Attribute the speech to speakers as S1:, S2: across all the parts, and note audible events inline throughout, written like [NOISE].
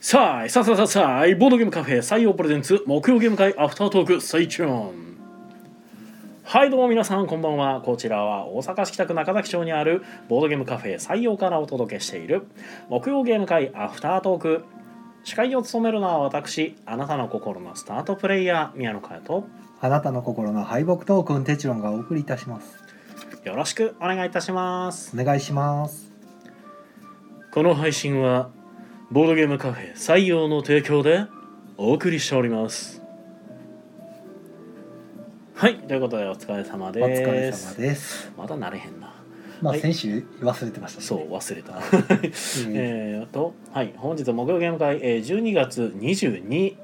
S1: さあ、さあさあさあさあ、ボードゲームカフェ採用プレゼンツ、木曜ゲーム会アフタートーク、スイッチューン。はい、どうも皆さん、こんばんは。こちらは大阪市北区中崎町にあるボードゲームカフェ採用からお届けしている、木曜ゲーム会アフタートーク。司会を務めるのは私、あなたの心のスタートプレイヤー、宮野佳代と、
S2: あなたの心の敗北トークンテチロンがお送りいたします。
S1: よろしくお願いいたします。
S2: お願いします。
S1: この配信はボードゲームカフェ採用の提供でお送りしておりますはいということでお疲れ様
S2: お
S1: で
S2: 疲れ
S1: す
S2: 様です。
S1: まだ慣れへんな
S2: まあ
S1: はい
S2: 先週忘れてましたね。
S1: そう忘れた
S2: えー。
S1: [LAUGHS] えーっとはい本日木曜ゲーム会えー12月22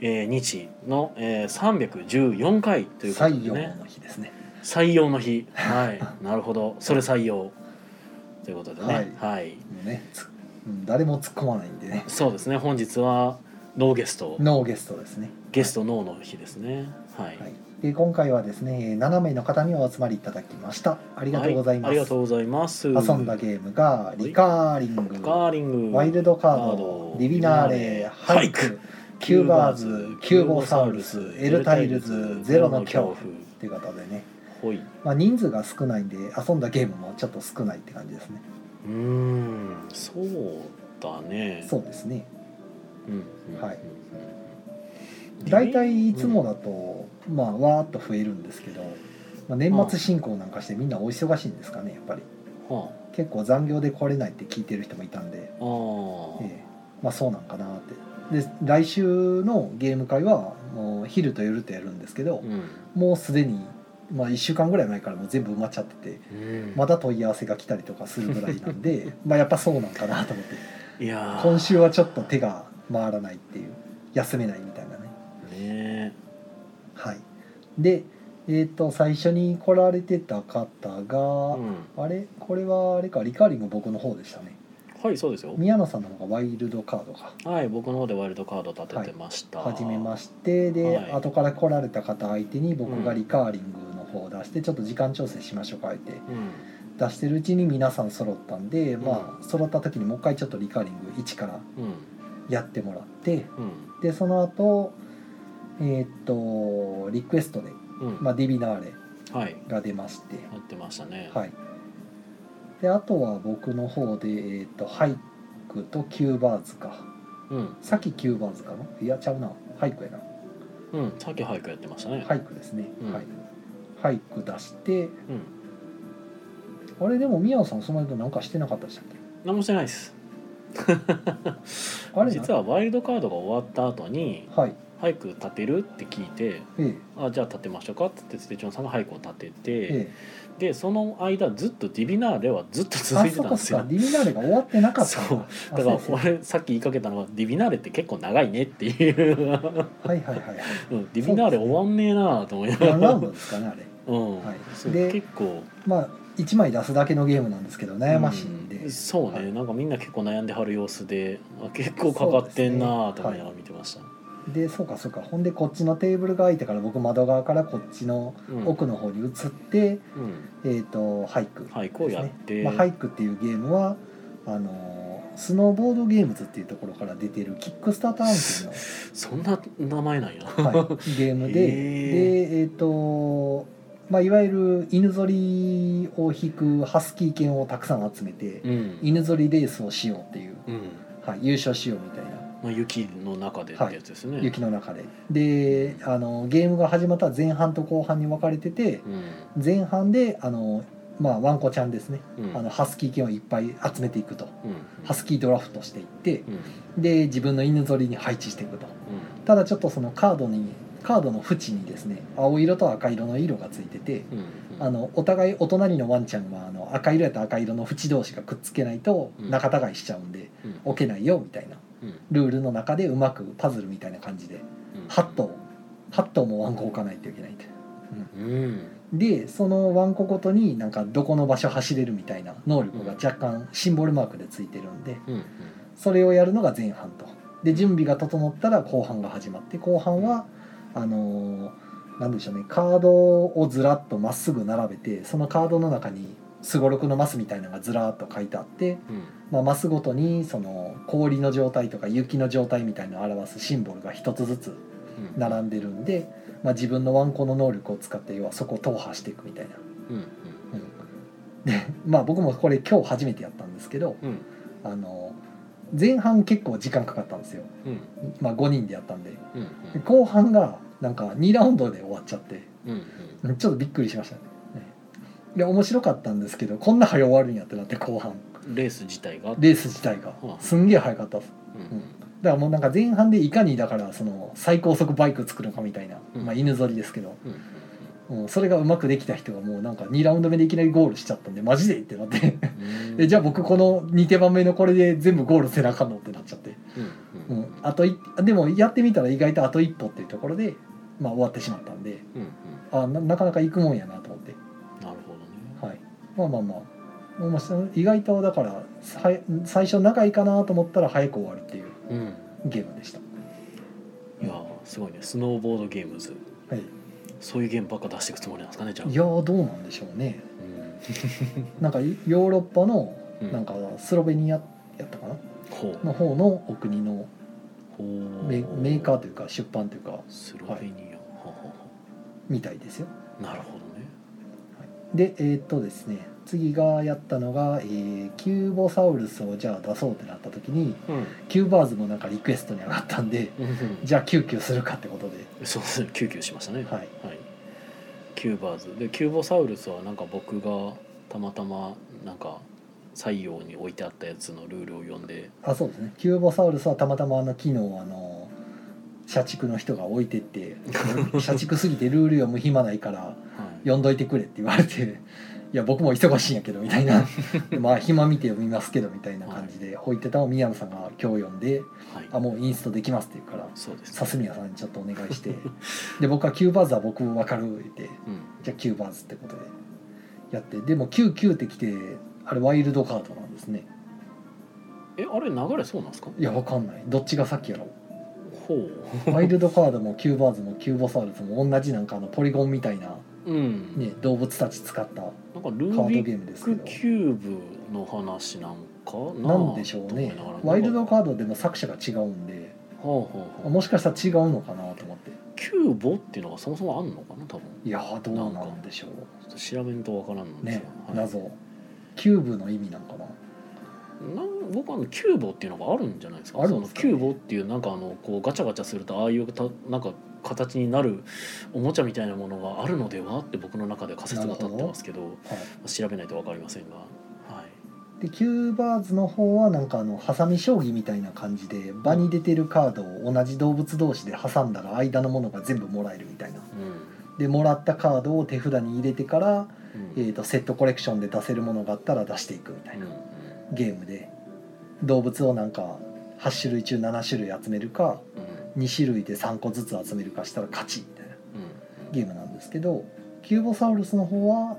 S1: えー日のえー314回ということで
S2: 採用
S1: ね
S2: の日ですね。
S1: 採用の日はいなるほどそれ採用ということでねはい
S2: もうね、つうん誰も突っ込まないんでね。
S1: そうですね本日はノーゲスト
S2: ノーゲストですね。
S1: ゲストノーの日ですねはい、
S2: はい。で今回はですね、えー7名の方にお集まりいただきました。ありがとうございます。
S1: はありがとうございます
S2: 遊んだゲームがリカーリン
S1: リ
S2: グ、
S1: カーリング
S2: ワイルド
S1: カ
S2: カー
S1: ー
S2: ド
S1: ド、
S2: リビナーレ、ハ
S1: ハ
S2: イ
S1: イ
S2: ク
S1: ク、
S2: キューバーズ、キューボサウルス、エルタイルズ、ゼロの恐怖っていうことでね。
S1: 怖ほい
S2: まあ、人数が少ないんで遊んだゲームもちょっと少ないって感じですね
S1: うーんそうだね
S2: そうですね
S1: うん、うん、
S2: はい
S1: うん
S2: 大体いつもだと、まあわーっと増えるんですけど、まあ、年末進行なんかしてみんなお忙しいんですかねやっぱり
S1: は
S2: 結構残業で来れないって聞いてる人もいたんで、
S1: ああー、
S2: ええまあそうなんかなってで来週のゲーム会はもう昼と夜とやるんですけど、
S1: うん
S2: もうすでに、まあ、1週間ぐらい前からもう全部埋まっちゃってて
S1: うん
S2: まだ問い合わせが来たりとかするぐらいなんで [LAUGHS] まあやっぱそうなんかなと思って
S1: いやー
S2: 今週はちょっと手が回らないっていう休めないみたいなね
S1: ね
S2: はいでえっ、と最初に来られてた方
S1: う
S2: が、
S1: ん
S2: あれこれはあれかリカーリング僕の方でしたね
S1: はいそうですよ
S2: 宮野さんの方がワイルドカードが
S1: はい僕の方でワイルドカード立ててました、
S2: 始めましてで、
S1: はい
S2: 後から来られた方相手に僕がリカーリングの方を出してちょっと時間調整しましょうかって
S1: うん
S2: 出してるうちに皆さん揃ったんで、ま
S1: う
S2: あ揃った時にもう一回ちょっとリカーリング1から
S1: うん
S2: やってもらって
S1: うん
S2: でその後えーっとリクエストで、
S1: うん
S2: まあ、ディビナーレ
S1: はい
S2: が出まして
S1: やってましたね
S2: はいであとは僕の方で、えーっとハイクとキューバーズか
S1: うん
S2: さっきキューバーズかないやちゃうなハイクやな
S1: うんさっき俳句やってましたね
S2: ハイクですね、
S1: うん
S2: はいハイク出し
S1: う
S2: て
S1: ん
S2: あれでも宮野さんその間なんかしてなかったでしたっけ
S1: 何もしてないです
S2: あれ
S1: 実はワイルドカードが終わった後に
S2: はい
S1: 俳句立てるって聞いて
S2: ええ
S1: あじゃあ立てましょうかって言ってステチョンさんが俳句を立てて
S2: え
S1: でその間ずっとディビナーレはずっと
S2: え、
S1: 続
S2: あ
S1: いて
S2: そ
S1: たん
S2: こ
S1: です
S2: そっか
S1: よ
S2: ディビナーレが終わってなかったん
S1: そう
S2: あ
S1: だから
S2: そうですね
S1: 俺さっき言いかけたのはディビナーレって結構長いねっていう、
S2: はいはいはいはい
S1: うん、ディビナーレ終わんねえなと思いながら
S2: 何ラウンドですかねあれ
S1: うん
S2: はい
S1: そう
S2: で
S1: 結構
S2: まあ1枚出すだけのゲームなんですけど悩ましいんで、
S1: うんそうね、
S2: はい
S1: なんかみんな結構悩んではる様子であ結構かかってんなあと思いながら見てました、
S2: でそうかそうかほんでこっちのテーブルが空いてから僕窓側からこっちの
S1: うん
S2: 奥の方に移って、
S1: うん、
S2: えっ、と俳句ですね、
S1: 俳句をやって
S2: まあ、俳句っていうゲームはあのースノーボードゲームズっていうところから出てるキックスターター案
S1: [LAUGHS]
S2: 件
S1: そんな名前なんや、
S2: [LAUGHS] の、はい、ゲームで
S1: へ
S2: でえっ、とまあ、いわゆる犬ぞりを引くハスキー犬をたくさん集めて
S1: うん
S2: 犬ぞりレースをしようっていう、
S1: うん
S2: はい、優勝しようみたいな
S1: まあ、雪の中でってやつですね、
S2: 雪の中でであのゲームが始まったら前半と後半に分かれてて
S1: うん
S2: 前半であのまあワンコちゃんですね
S1: うん
S2: あのハスキー犬をいっぱい集めていくと
S1: うん
S2: ハスキードラフトしていって
S1: うんうん
S2: で自分の犬ぞりに配置していくとただちょっとそのカードにカードの縁にですね青色と赤色の色がついてて
S1: うんうん
S2: あのお互いお隣のワンちゃんはあの赤色やったら赤色の縁同士がくっつけないと
S1: うん
S2: 仲違いしちゃうんで
S1: うん
S2: 置けないよみたいな
S1: うん
S2: ルールの中でうまくパズルみたいな感じで
S1: うん
S2: 8頭8頭もワンコ置かないといけないって
S1: うん
S2: でそのワンコごとになんかどこの場所走れるみたいな能力が若干シンボルマークでついてるんで
S1: うんうん
S2: それをやるのが前半とで準備が整ったら後半が始まって後半はあのーなんでしょうねカードをずらっとまっすぐ並べてそのカードの中にすごろくのマスみたいなのがずらーっと書いてあって、
S1: うん
S2: まあ、マスごとにその氷の状態とか雪の状態みたいなのを表すシンボルが一つずつ
S1: うん
S2: 並んでるんで、まあ、自分のワンコの能力を使って要はそこを踏破していくみたいな。
S1: うん
S2: でまあ僕もこれ今日初めてやったんですけど
S1: うん
S2: あの前半結構時間かかったんですよ、
S1: うんうん
S2: まあ、5人でやったんで
S1: うん
S2: で後半がなんか2ラウンドで終わっちゃって
S1: うんうん
S2: うんちょっとびっくりしましたね。で面白かったんですけどこんな早終わるんやってなって後半
S1: うんレース自体が
S2: レース自体が
S1: うん
S2: すんげえ早かったです
S1: うん
S2: だからもうなんか前半でいかにだからその最高速バイク作るかみたいな、
S1: うん
S2: まあ、犬ぞりですけど、
S1: うんうん
S2: うん、それがうまくできた人がもうなんか2ラウンド目でいきなりゴールしちゃったんでマジでってなって [LAUGHS]
S1: うん
S2: でじゃあ僕この2手番目のこれで全部ゴールせなあかんのってなっちゃって、
S1: うん
S2: う
S1: うん
S2: ん、あといでもやってみたら意外とあと一歩っていうところで、まあ、終わってしまったんで
S1: うんうん
S2: あななかなか行くもんやなと思って。
S1: なるほどね
S2: はい、まあまあまあもうその意外とだからさい最初長いかなと思ったら早く終わるっていう
S1: うん
S2: ゲームでした、
S1: いやーすごいねスノーボードゲームズ
S2: はい、
S1: そういうゲームばっか出していくつもりなんですかねじゃあ
S2: いやーどうなんでしょうね
S1: うん
S2: なんかヨーロッパの
S1: うん
S2: なんかスロベニアやったかな
S1: ほう
S2: の方のお国の
S1: ほう
S2: メメーカーというか出版というか
S1: スロベニア、ははは
S2: みたいですよ
S1: なるほどね
S2: でえーっとですね次がやったのが、えーキューボサウルスをじゃあ出そうってなった時に
S1: う
S2: キューバーズもなんかリクエストに上がったんで
S1: んうん
S2: じゃあキューキューするかってことで
S1: [LAUGHS] そうですね救急しましたね
S2: はい
S1: はい、キューバーズでキューボサウルスはなんか僕がたまたまなんか採用に置いてあったやつのルールを読んで
S2: あそうですねキューボサウルスはたまたまあの昨日あの社畜の人が置いてって [LAUGHS] 社畜すぎてルール読む暇ないから
S1: はい、
S2: 読んどいてくれって言われて「いや僕も忙しいんやけど」みたい [LAUGHS] な「まあ暇見て読みますけど」みたいな感じで置いてたのを宮野さんが今日読んで
S1: はい
S2: 「あもうインストできます」って言うから
S1: そうです、
S2: 笹宮さんにちょっとお願いして [LAUGHS] で僕は「キューバーズは僕分かる」って
S1: うん、
S2: じゃあキューバーズってことでやってでも「99」ってきてあれワイルドカードなんですね
S1: えあれ流れそうなんですか
S2: いや分かんないどっちが先
S1: [LAUGHS]
S2: やろう
S1: ほう
S2: ワイルドカードもキューバーズもキューボサウルスも同じなんかあのポリゴンみたいな、
S1: うん、
S2: ね、動物たち使ったカ
S1: なんかル
S2: ー
S1: ー
S2: ド
S1: ビ
S2: ゲ
S1: ッ
S2: ームですけ
S1: ク
S2: ど
S1: キューブの話なんかな
S2: なんでしょうね
S1: と思いながら
S2: ワイルド
S1: は
S2: カードでも作者が違うんで
S1: あはあはあ
S2: もしかしたら違うのかなと思って
S1: キューボっていうのがそもそもあんのかな多分
S2: いやーどうなんでしょ
S1: ちょっと調べんとわからんの
S2: う
S1: ですよ、
S2: ね
S1: はい
S2: 謎キューブの意味なんかな
S1: なん僕はあのキューボっていうのがあるんじゃないですか
S2: あるんですか
S1: そ
S2: ね
S1: のキューボっていうなんかあのこうガチャガチャするとああいうたなんか形になるおもちゃみたいなものがあるのではって僕の中で仮説が立ってますけど
S2: はい
S1: 調べないと分かりませんが、は
S2: でキューバーズの方はなんかあのハサミ将棋みたいな感じで場に出てるカードを同じ動物同士で挟んだら間のものが全部もらえるみたいない
S1: うん
S2: でもらったカードを手札に入れてから
S1: うん
S2: えー、とセットコレクションで出せるものがあったら出していくみたいな
S1: うん
S2: ゲームで動物をなんか8種類中7種類集めるか
S1: うん
S2: 2種類で3個ずつ集めるかしたら勝ちみたいな
S1: うん
S2: ゲームなんですけどキューボサウルスの方は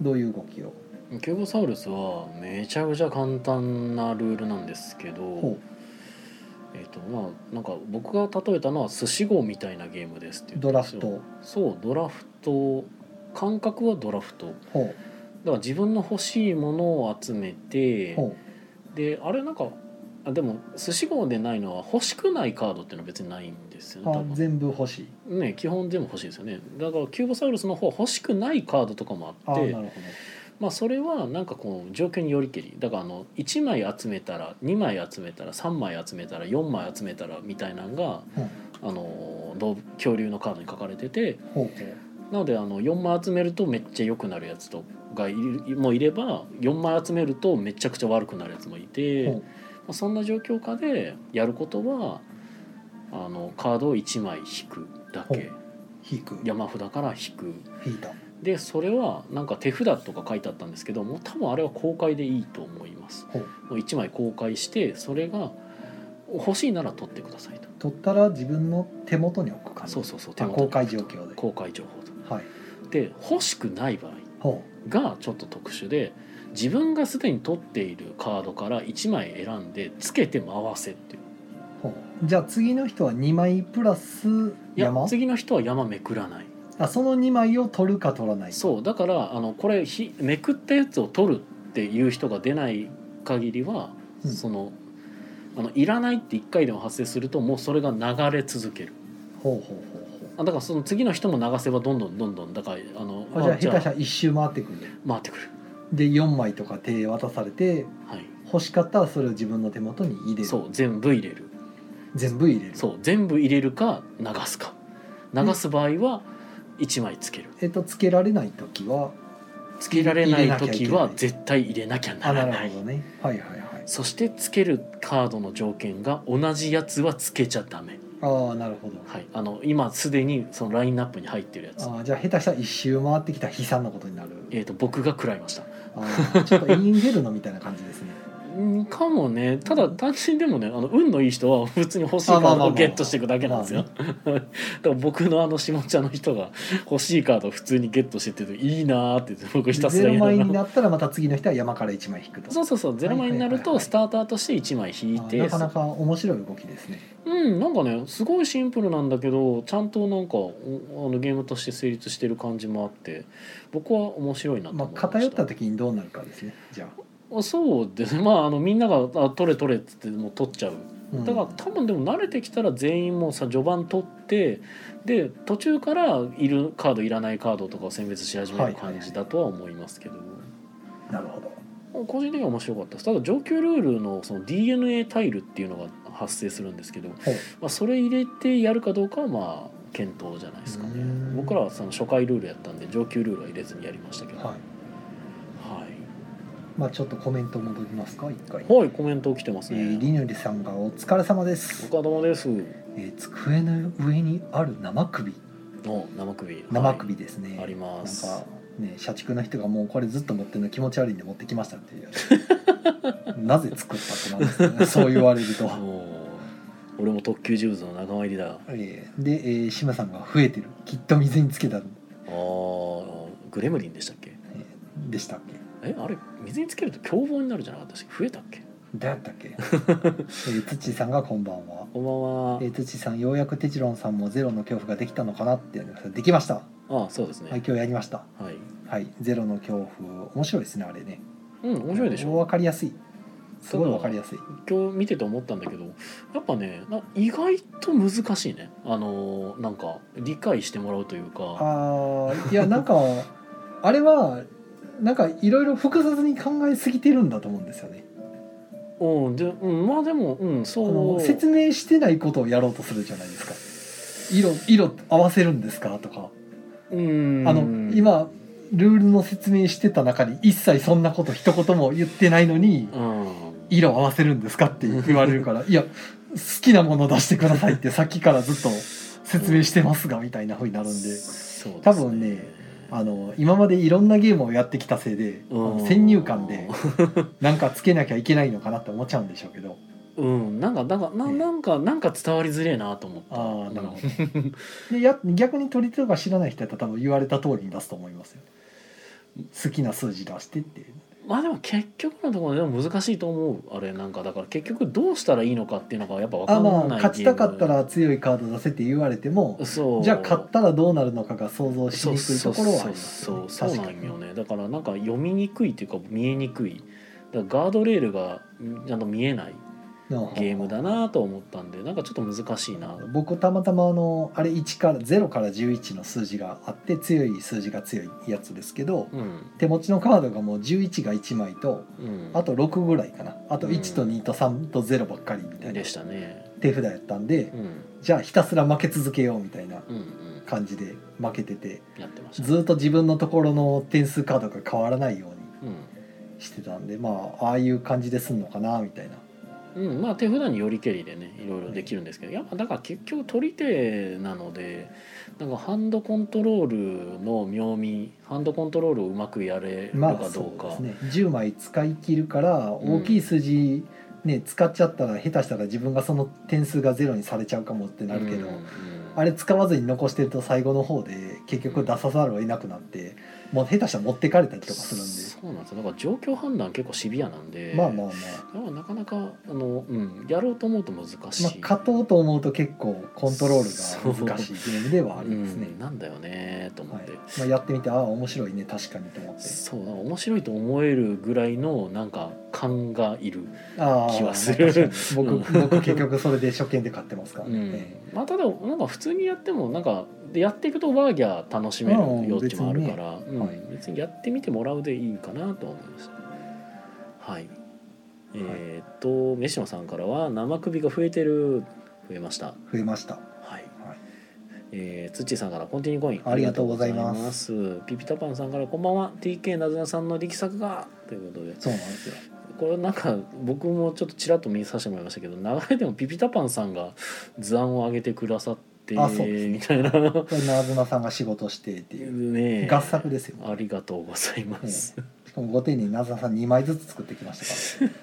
S2: どういう動きを
S1: うんキューボサウルスはめちゃくちゃ簡単なルールなんですけど
S2: ほ、
S1: えっとまあ、なんか僕が例えたのは寿司号みたいなゲームですって
S2: う
S1: 言
S2: ド
S1: ったん
S2: ラ
S1: です
S2: フ
S1: よ
S2: ト
S1: そうドラフト感覚はドラフトだか
S2: ほ
S1: ら自分の欲しいものを集め
S2: う
S1: て
S2: ほ
S1: であれなんかあでも寿司号でないのは欲しくないカードっていうのは別にないんですよ
S2: う
S1: ね多
S2: あ
S1: 分
S2: 全部欲しい
S1: ね基本全部欲しいですよねだからキューボサウルスの方は欲しくないカードとかもあ
S2: あ
S1: っ
S2: あ
S1: て
S2: なるほ
S1: まあ、それはなんかこう状況によりけりだからあの1枚集めたら2枚集めたら3枚集めたら4枚集めたらみたいなのが、あの動物恐竜のカードに書かれてて、
S2: どほうほう
S1: なのであの4枚集めるとめっちゃ良くなるやつとがいるもいれば4枚集めるとめちゃくちゃ悪くなるやつもいて、
S2: うん
S1: まあ、そんな状況下でやることはあのカードを1枚引くだけ
S2: 引く
S1: 山札から引く
S2: 引いた
S1: でそれはなんか手札とか書いてあったんですけどもう多分あれは公開でいいと思います
S2: ほう
S1: もう1枚公開してそれが欲しいなら取ってくださいと
S2: 取ったら自分の手元に置く感じ
S1: そうそうそう
S2: あ
S1: 手元に
S2: 公開状況で
S1: 公開情報と
S2: はい
S1: で欲しくない場合
S2: ほ
S1: がちょっと特殊で自分がすでに取っているカードから1枚選んでつけて回せっていう
S2: うほうじゃあ次の人は2枚プラス
S1: いや
S2: 山
S1: 次の人は山めくらない
S2: あその2枚を取るか取らないか
S1: そうだからあのこれひめくったやつを取るっていう人が出ない限りは、
S2: うん
S1: そのあのいらないって1回でも発生するともうそれが流れ続ける
S2: ほうほうほうほう
S1: あだからその次の人も流せばどんどんどんどんだからあの
S2: あじゃあ下手した
S1: あ
S2: ら一周回ってくる
S1: 回ってくる
S2: で4枚とか手渡されて
S1: はい
S2: 欲しかったらそれを自分の手元に入れる
S1: そう全部入れる
S2: 全部入れる
S1: そう全部入れるか流すか流す場合は1枚つける
S2: えっとつけられない時は
S1: つけられな
S2: 入れ
S1: い
S2: なきゃいけない
S1: 時は絶対入れなきゃな
S2: あ
S1: ら
S2: な
S1: な
S2: る
S1: い
S2: ほどねはいはいはい
S1: そしてつけるカードの条件が同じやつはつけちゃダメ
S2: ああなるほど
S1: はい、あの今すでにそのラインナップに入ってるやつ、
S2: あーじゃあ下手したら一周回ってきたら悲惨なことになる
S1: えー、と僕が食らいました
S2: あーちょっとインフェルノみたいな感じですね
S1: [LAUGHS] んかもねただ単身でもねあの運のいい人は普通に欲しいカ
S2: あまあ
S1: ー
S2: ま
S1: ド
S2: あ
S1: を
S2: まあ
S1: ゲットしていくだけなんですよ [LAUGHS] だから僕のあの下茶の人が欲しいカードを普通にゲットしてていいなーって言って僕ひたすら
S2: 0
S1: いろ
S2: 枚
S1: ん
S2: に
S1: な
S2: なったらまた次の人は山から1枚引くと
S1: そうそうそう0枚になる
S2: はいはいはいは
S1: と
S2: い
S1: スターターとして1枚引い
S2: あ
S1: て
S2: ーなかなか面白い動きですね
S1: うんなんかねすごいシンプルなんだけどちゃんとなんかおあのゲームとして成立してる感じもあって僕は面白いなと
S2: ま
S1: 思い
S2: あ
S1: ました、
S2: 偏った時にどうなるかですねじゃあ、
S1: あそうですねまああのみんなが「あ取れ取れ」っつってもう取っちゃう
S2: うん
S1: だから多分でも慣れてきたら全員もうさ序盤取ってで途中からいるカードいらないカードとかを選別し始める感じだとは思いますけど、
S2: なるほど
S1: 個人的には面白かったですただ上級ルールのその DNA タイルっていうのが発生するんですけど、ま
S2: ほう
S1: あ、それ入れてやるかどうかはまあ検討じゃないですか
S2: う
S1: ね
S2: ん
S1: 僕らはその初回ルールやったんで上級ルールは入れずにやりましたけど
S2: はい
S1: はい
S2: まあちょっとコメント戻りますか一回、
S1: はいコメント来てます
S2: え
S1: ね、
S2: ー、りぬりさんがお疲れ様です、
S1: お疲れ様です
S2: えー机の上にある生首
S1: の生首
S2: 生首ですね、
S1: はいあります
S2: なんかね社畜の人がもうこれずっと持ってるの気持ち悪いんで持ってきましたっていう
S1: [LAUGHS]
S2: なぜ作ったってなんですかねそう言われると
S1: はい、もう俺も特級呪物の仲間入りだあ
S2: えーで、えー、志村さんが増えてるきっと水につけたん
S1: ーグレムリンでしたっけ
S2: でしたっけ
S1: えあれ水につけると凶暴になるじゃなかったし増えたっけ
S2: どうやっ
S1: [LAUGHS]
S2: たっけ、えー、土井さんがこんばんは
S1: こんばんは、
S2: えー、土井さんようやくテチロンさんもゼロの恐怖ができたのかなっていうのができました
S1: ああそうですね
S2: は
S1: はいい、
S2: 今日やりましたはい、ゼロの恐怖、面白いですね、あれね。
S1: うん面白いでしょ
S2: わかりやすい。すごいわかりやすい。
S1: 今日見てて思ったんだけどやっぱねな意外と難しいねあのーなんか理解してもらうというか
S2: ああ、いや、なんか、あれは、なんかいろいろ複雑に考えすぎてるんだと思うんですよね。
S1: うんで、うん、まあでもうん
S2: あ
S1: そ
S2: の
S1: う
S2: 説明してないことをやろうとするじゃないですか。色、色合わせるんですかとか。
S1: うん
S2: あの、今、ルールの説明してた中に一切そんなこと一言も言ってないのに、
S1: うん
S2: 色合わせるんですかって言われるから「いや好きなもの出してください」ってさっきからずっと説明してますがみたいな風になるんで
S1: そうですね
S2: 多分ねあの今までいろんなゲームをやってきたせいであ
S1: う
S2: の
S1: ん
S2: 先入観でなんかつけなきゃいけないのかなって思っちゃうんでしょうけど
S1: うんなんかなんかな
S2: ね
S1: なんかなんか伝わりづれえなと思った
S2: ああなるほどでや逆に取り手とか知らない人やったら多分言われた通りに出すと思いますよ好きな数字出してっていう
S1: まあでも結局のところでも難しいと思うあれなんかだから結局どうしたらいいのかっていうのがやっぱ分か
S2: あ
S1: んない
S2: まあ勝ちたかった
S1: ゲー
S2: ら強いカード出せって言われても
S1: ムそう
S2: じゃあ買ったらどうなるのかが想像しにくいところはあります
S1: そう
S2: よね
S1: そうそうそうなんよねだからなんか読みにくいっていうか見えにくいだからガードレールがんあの見えない
S2: 確かに
S1: ゲームだなと思ったんでなんかちょっと難しいな
S2: 僕たまたまあのあれ1から0から11の数字があって強い数字が強いやつですけど
S1: うん
S2: 手持ちのカードがもう11が1枚と
S1: うん
S2: あと6ぐらいかなあと
S1: うん
S2: 1と2と3と0ばっかりみたいな
S1: でしたね
S2: 手札やったんで
S1: うん
S2: じゃあひたすら負け続けようみたいな
S1: うんうん
S2: 感じで負けてて
S1: やってました
S2: ずっと自分のところの点数カードが変わらないように
S1: うん
S2: してたんでまあああいう感じですんのかなみたいな
S1: うん、まあ手札によりけりでねいろいろできるんですけどやっぱだから結局取り手なのでなんかハンドコントロールの妙味ハンドコントロールをうまくやれる
S2: ま
S1: かど
S2: あ
S1: う
S2: そう
S1: か、
S2: ですね10枚使い切るから
S1: うん
S2: 大きい数字、ね使っちゃったら下手したら自分がその点数がゼロにされちゃうかもってなるけど、
S1: うんうん
S2: あれ使わずに残してると最後の方で結局出さざるを得なくなってもう下手したら持ってかれたりとかするん
S1: そうなんですよだから状況判断結構シビアなんで
S2: でまあまあまあ、
S1: だからなかなかあの、うん、やろうと思うと難しい、
S2: まあ、勝とうと思うと結構コントロールが難しいゲームではあ
S1: う
S2: りますね
S1: ん、、なんだよねと思っ
S2: はい
S1: て、
S2: まあ、やってみてああ面白いね確かにと思って
S1: そうなんか面白いと思えるぐらいのなんか感がいる、
S2: ああ
S1: 気はする
S2: まあ確かに僕僕結局それで初見で買ってますから
S1: う
S2: ね、
S1: ん
S2: え
S1: まあ、ただなんか普通にやってもなんかでやっていくとワーギャー楽しめる余地もあるから、うん別に
S2: はい
S1: やってみてもらうでいいかなと思いましたはいえーっと飯野さんからは「生首が増えてる」増えました
S2: え増えました
S1: はいえー、ツッチーさんからコンティニューコイン
S2: ありがとうございます
S1: ありがとうございますピピタパンさんからこんばんは TK なずなさんの力作がということで
S2: そうなんですよ
S1: これなんか僕もちょっとちらっと見させてもらいましたけど流れでもピピタパンさんが図案を上げてくださって
S2: あそうですね
S1: みたいなね
S2: これナズナさんが仕事してっていう
S1: え
S2: 合作ですよ
S1: ありがとうございます、
S2: しかもご丁寧にナズナさん2枚ずつ作ってきましたか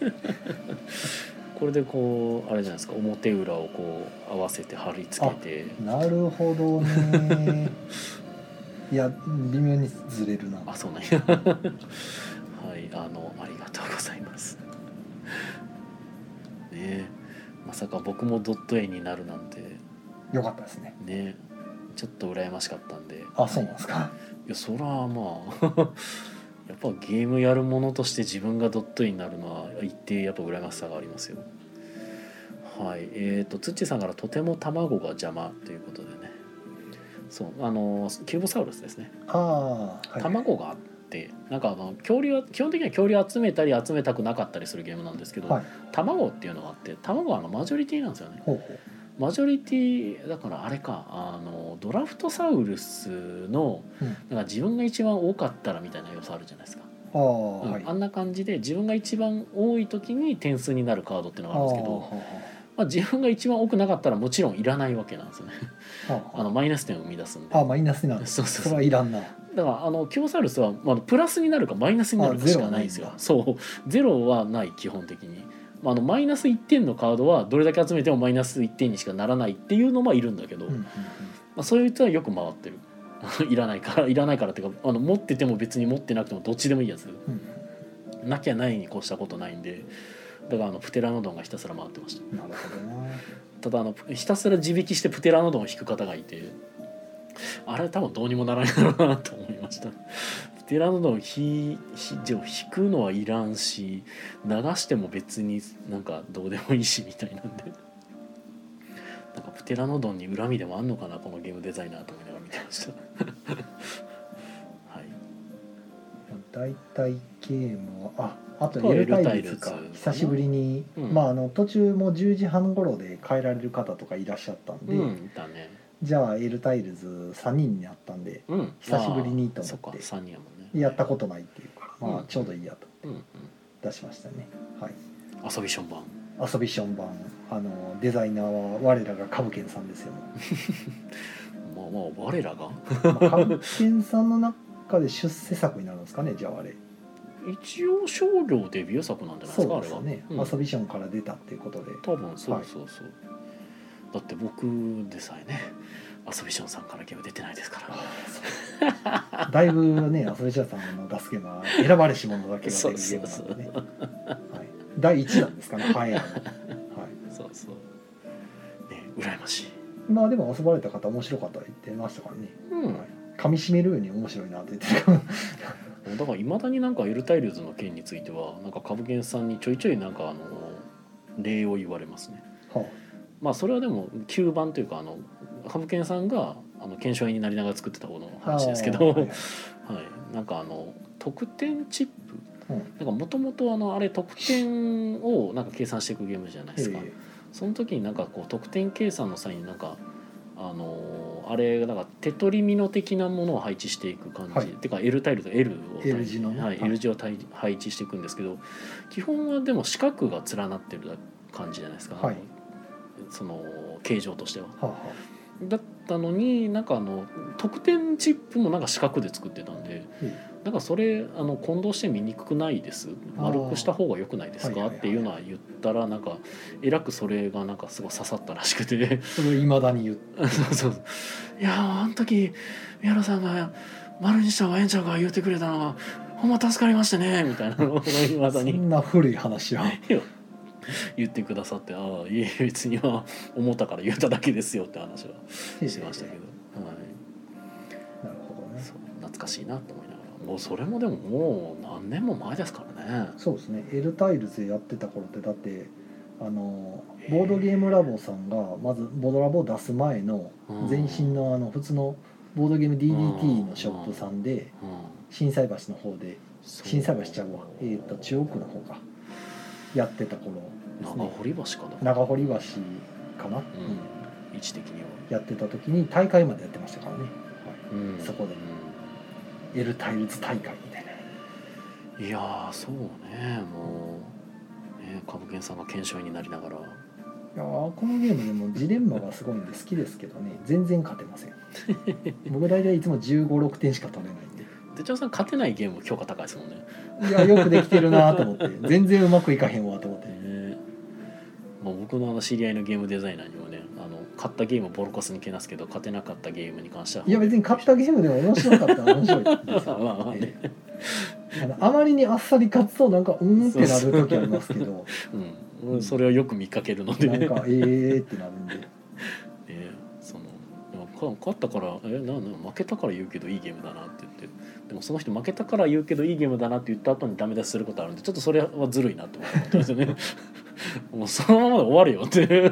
S1: これでこうあれじゃないですか表裏をこう合わせて貼り付けて
S2: らなるほどね
S1: [LAUGHS]
S2: いや微妙にずれるな
S1: あそうなんやはいあのありがとうございますねえまさか僕もドット絵になるなんて
S2: よかったですね
S1: ねちょっと羨ましかったんで
S2: あそうなんですか
S1: いやそらまあ [LAUGHS] やっぱゲームやるものとして自分がドットインになるのは一定やっぱ羨ましさがありますよはいえー、と土さんから「とても卵が邪魔」ということでねそうあのキューボサウルスですね
S2: ああ、はい、
S1: 卵があってなんかあの恐竜は基本的には恐竜集めたり集めたくなかったりするゲームなんですけど、
S2: はい
S1: 卵っていうのがあって卵はあのマジョリティなんですよね
S2: ほうほう
S1: マジョリティだからあれかあのドラフトサウルスの
S2: うん
S1: なんか自分が一番多かったらみたいな要素あるじゃないですか、
S2: あ
S1: う
S2: あ、
S1: ん
S2: はい
S1: あんな感じで自分が一番多い時に点数になるカードっていうの
S2: あ
S1: があるんですけどまあ、自分が一番多くなかったらもちろんいらないわけなんですよね
S2: あは
S1: あのマイナス点を生み出すんで
S2: ああマイナスになる
S1: そうそうそ
S2: そ
S1: う
S2: れはいらんな
S1: だからあのキュボサウルスは、まあ、プラスになるかマイナスになるかしかないんですよ
S2: あ
S1: そうゼロはない基本的に、まあ、あのマイナス1点のカードはどれだけ集めてもマイナス1点にしかならないっていうのもいるんだけど、
S2: うんうんうん
S1: まあ、そういう人はよく回ってる [LAUGHS] いらないからいらないからっていうかあの持ってても別に持ってなくてもどっちでもいいやつ
S2: うん
S1: なきゃないに越したことないんでだからあのプテラノドンがひたすら回ってました
S2: なるほどな
S1: ただあのひたすら地引きしてプテラノドンを引く方がいてあれ多分どうにもならないだろうなと思いましたプテラノドンを引ひでも引くのはいらんし流しても別になんかどうでもいいしみたいなんでなんかプテラノドンに恨みでもあんのかなこのゲームデザイナーと思いながら見てました [LAUGHS] はい
S2: 大体ゲームはああと
S1: そう
S2: エルタイルズ
S1: エ
S2: か
S1: ルタイルズ
S2: 久しぶりに、
S1: うん
S2: まああの途中も10時半頃で帰られる方とかいらっしゃったんで、
S1: うんだね
S2: じゃあエルタイルズ3人になったんで
S1: うん
S2: 久しぶりにと
S1: まあ
S2: 思って
S1: そっか3人やもんね
S2: やったことないっていうからま
S1: う
S2: あ
S1: ん
S2: ちょうどいいやと
S1: うんうん
S2: 出しましたね、はい
S1: 遊びション版
S2: 遊びション版あのデザイナーは我らがカブケンさんです
S1: [LAUGHS]
S2: よ、
S1: まあまあ我らが
S2: まあ、カブケンさんの中で出世作になるんですかねじゃああれ
S1: 一応商業デビュー作なんじゃないですか
S2: そうですよね、
S1: あれは、う
S2: 遊
S1: ん、
S2: びションから出たっていうことで
S1: 多分そうそうそう、だって僕でさえね遊びションさんからゲーム出てないですから
S2: [LAUGHS] だいぶね、アスベシアさんの出すゲームは選ばれし者だけが出るゲームなんでね。はい、第1弾ですかね、はい、はい。
S1: そうそうね羨ましい
S2: まあでも遊ばれた方面白かったと言ってましたからね。
S1: うん、
S2: はい噛み締めるように面白いなって言ってた。
S1: だからいまだになんかエルタイルズの件についてはなんか株券さんにちょいちょいなんかあの礼を言われますね
S2: [LAUGHS] は
S1: まあそれはでも吸盤というかあの株券さんがあの検証員になりながら作ってた方の
S2: あ
S1: 話ですけど、
S2: はい
S1: [LAUGHS] はい、なんかあの得点チップ
S2: うん
S1: なんかもともとあのあれ得点をなんか計算していくゲームじゃないですか、
S2: え
S1: その時になんかこう得点計算の際になんかあのーあれなんか手取りミノ的なものを配置していく感じ、
S2: はい
S1: てか L タイルと L を
S2: L 字のね
S1: はい、
S2: はい
S1: L 字を対配置していくんですけど基本はでも四角が連なってる感じじゃないですか、
S2: はい
S1: その形状としては。
S2: はあは
S1: だったのになんかあの得点チップもなんか四角で作ってたんで
S2: うん
S1: なんかそれあの混同して見にくくないです
S2: あー
S1: 丸くした方が良くないです
S2: はいは
S1: か
S2: いはい
S1: っていうのは言ったらなんかえらくそれがなんかすごい刺さったらしくて
S2: あそれをいまだに言っ
S1: そ
S2: て。
S1: うそうそういやーあの時宮野さんが丸にした方がええんちゃうか言ってくれたのがほんま助かりましたね」みたいなのを今
S2: そ
S1: さに
S2: [LAUGHS] んな古い話は
S1: 言ってくださって「ああいえ別には思ったから言っただけですよ」って話はしてましたけど、はい、
S2: なるほどね
S1: そう懐かしいなと思いながらもうそれもでももう何年も前ですからね
S2: そうですね L タイルズやってた頃ってだってあのボードゲームラボさんがまずボードラボを出す前の
S1: うん
S2: 前身のあの普通のボードゲーム DDT のショップさんで
S1: うん
S2: 心斎橋の方で
S1: そう
S2: 心斎橋ちゃうわえー、と中央区の方かやってた頃です
S1: 長
S2: ね
S1: 堀橋かな
S2: 長堀橋かな、うん
S1: 位置的には、
S2: やってた時に大会までやってましたからね、
S1: うん
S2: そこで
S1: う
S2: L タイルズ大会みたいなん
S1: いやーそうねもうね株券さんが検証員になりながら
S2: いやーこのゲームでもジレンマがすごいんで好きですけどね全然勝てま
S1: [LAUGHS]
S2: せん僕大体いつも1 5六6点しか取れないんで
S1: 手帳さん勝てないゲーム評価高いですもんね
S2: いやよくできてるなと思って全然うまくいかへんわと思って
S1: ねまあ、僕のあの知り合いのゲームデザイナーにもねあの買ったゲームをボロカスにけなすけど勝てなかったゲームに関してはい
S2: や別に勝ったゲームでも面白かったら面白いです
S1: [LAUGHS] まあ
S2: よ
S1: まあね、
S2: ええあのあまりにあっさり勝つとなんかうーんってなる時あります
S1: [LAUGHS]
S2: けど
S1: うん、それをよく見かけるので
S2: な
S1: ね
S2: んかええーってなるんで
S1: ねそのでもか勝ったから「えなな負けたから言うけどいいゲームだな」って言ってでもその人負けたから言うけどいいゲームだなって言った後にダメ出しすることあるんでちょっとそれはずるいなって思ったんですよね [LAUGHS] もうそのままで終わるよって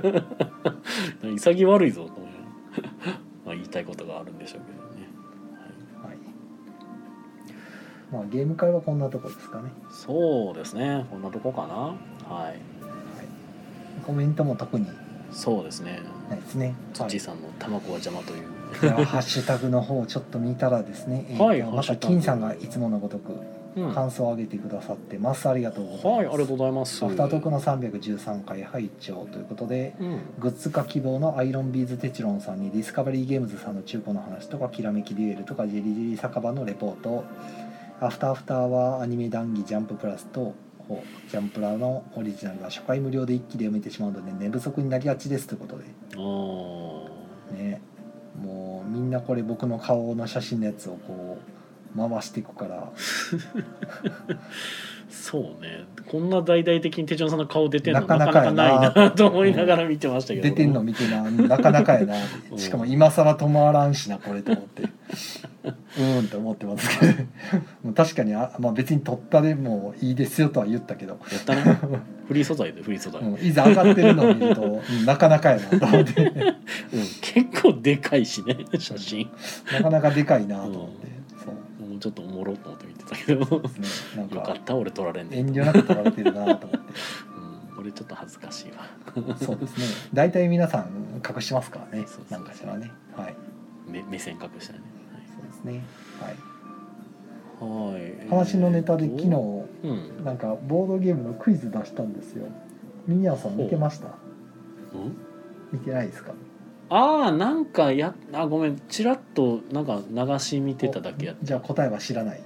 S1: [LAUGHS] 潔悪いぞと思いながら [LAUGHS] まあ言いたいことがあるんでしょうけどね、は
S2: はいまあゲーム会はこんなとこですかね
S1: い、そうですねこんなとこかなはい
S2: コメントも特に
S1: そうですね
S2: ないですね
S1: 土
S2: はい
S1: 井さんの「卵は邪魔」という
S2: いやハッシュタグの方をちょっと見たらですね、えーと
S1: はいハッ
S2: ま
S1: シュ
S2: た
S1: タグ
S2: 金さんがいつものごとく
S1: うんは
S2: 感想を上げてくださってます、ありがとうございます、
S1: いありがとうございます
S2: アフタートークの313回拝聴ということで
S1: うん
S2: グッズ化希望のアイロンビーズテチロンさんにディスカバリーゲームズさんの中古の話とかきらめきデュエルとかジェリジェリ酒場のレポートアフターアフターはアニメ談義ジャンププラスとほうジャンプラのオリジナルは初回無料で一気で読めてしまうので寝不足になりがちですということで
S1: ああ
S2: ねもうみんなこれ僕の顔の写真のやつをこう回していくから
S1: そうねこんな大々的に手帳さんの顔出てんのな
S2: な
S1: かな
S2: かな
S1: か
S2: かや
S1: な
S2: ない
S1: なと思いながら見てましたけど、
S2: 出てんの見てななかなかやな
S1: うん
S2: しかも今更止まらんしなこれと思ってうーんと思ってますけどもう確かにあ、まあ、別に撮ったでもいいですよとは言ったけど、
S1: やったねフリー素材でフリー素材、
S2: う
S1: うん
S2: ん、いざ上がってるのを見るとうんなかなかやなと思って
S1: 結構でかいしね写真
S2: なかなかでかいなと思って、そう
S1: もうちょっとおもろと思って見てたけどよ
S2: ですねなん
S1: か
S2: か
S1: った俺撮られんね
S2: 遠慮なく撮られてるなと思って。
S1: うん、俺ちょっと恥ずかしいわ
S2: そうですね。大体皆さん隠してますからね
S1: そうそう。そう
S2: なんかしらね。はい。
S1: 目目線隠したね
S2: そうですね。はい。
S1: はいはい
S2: 話のネタで
S1: えー
S2: 昨
S1: と
S2: 日
S1: うん、
S2: なんかボードゲームのクイズ出したんですよ。ミニアさん見てました？
S1: うん
S2: 見てないですか？
S1: ああなんかやあごめんちらっとなんか流し見てただけやっ
S2: おじゃあ答えは知らない。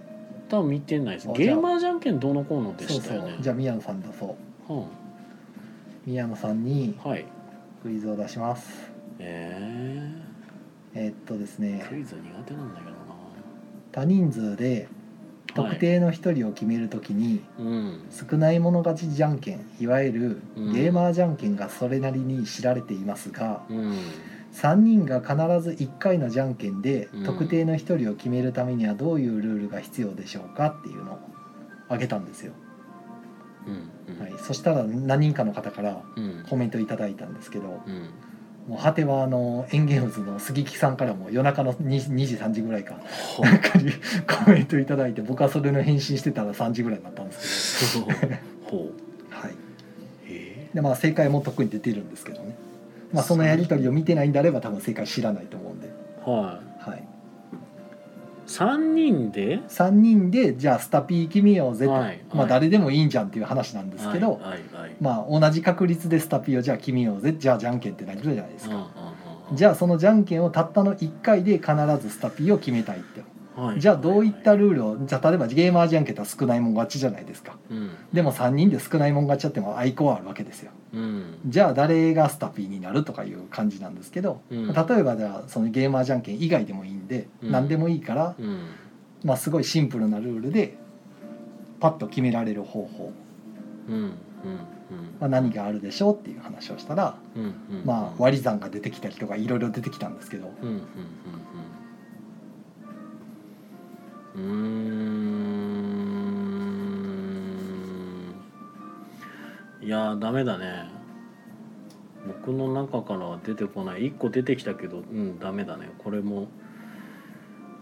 S1: 多分見てないです
S2: あ
S1: ゲーマーじゃんけんどうのこうので
S2: そ
S1: し
S2: う
S1: た
S2: そ
S1: よ
S2: う
S1: ね。
S2: じゃあ宮野さん出そう。
S1: うん
S2: 宮野さんに
S1: はい。
S2: クイズを出します。
S1: え
S2: えーっとです
S1: ー、ク
S2: ね。
S1: イズ苦手なんだけどな。
S2: 多人数で特定の一人を決めるときに。
S1: はい、うん。
S2: 少ない者勝ちじゃんけんいわゆる
S1: うん
S2: ゲーマーじゃんけんがそれなりに知られていますが、
S1: うん。
S2: 3人が必ず1回のじゃんけんで
S1: うん
S2: 特定の1人を決めるためにはどういうルールが必要でしょうかっていうのを挙げたんですよ、
S1: うん。うん
S2: はい、そしたら何人かの方から
S1: うん。
S2: コメントいただいたんですけど
S1: うん。
S2: もう果てはあのエンゲームズの杉木さんからも夜中の 2, 2時3時ぐらいか
S1: ほ
S2: なんかに [LAUGHS] コメントいただいて僕はそれの返信してたら3時ぐらいだったんです
S1: そう。ほう。
S2: けど、はい
S1: え
S2: でまあ、正解も特に出てるんですけどね、まあ、そのやり取りを見てないんであれば多分正解知らないと思うんで、
S1: ー、はい。
S2: はい、
S1: 三人で。
S2: 3人でじゃあスタピー決めようぜと、
S1: はい
S2: ま
S1: は
S2: あ、
S1: い
S2: 誰でもいいんじゃんっていう話なんですけど、
S1: はい。はい。はい。
S2: まあ、同じ確率でスタピーをじゃあ決めようぜじゃあじゃんけんってなるじゃないです
S1: うん
S2: か、
S1: うんうん
S2: じゃあそのじゃんけんをたったの1回で必ずスタピーを決めたいって、
S1: はい
S2: じゃあどういった
S1: は
S2: ルールをじゃあ例えばゲーマーじゃんけんって少ないもん勝ちじゃないですか
S1: いうん。
S2: でも3人で少ないもん勝ちやってもアイコンはあるわけですよ
S1: うん。
S2: じゃあ誰がスタピーになるとかいう感じなんですけど、
S1: うん
S2: 例えばじゃあそのゲーマーじゃんけん以外でもいいんで、
S1: うん
S2: 何でもいいから
S1: うん。
S2: まあ、すごいシンプルなルールでパッと決められる方法、
S1: うんうん
S2: まあ、何があるでしょうっていう話をしたら、
S1: うんうんうん
S2: まあ、割り算が出てきたりとかいろいろ出てきたんですけど
S1: うんうんうんうんうーんいやーダメだね僕の中からは出てこない1個出てきたけどうんダメだねこれも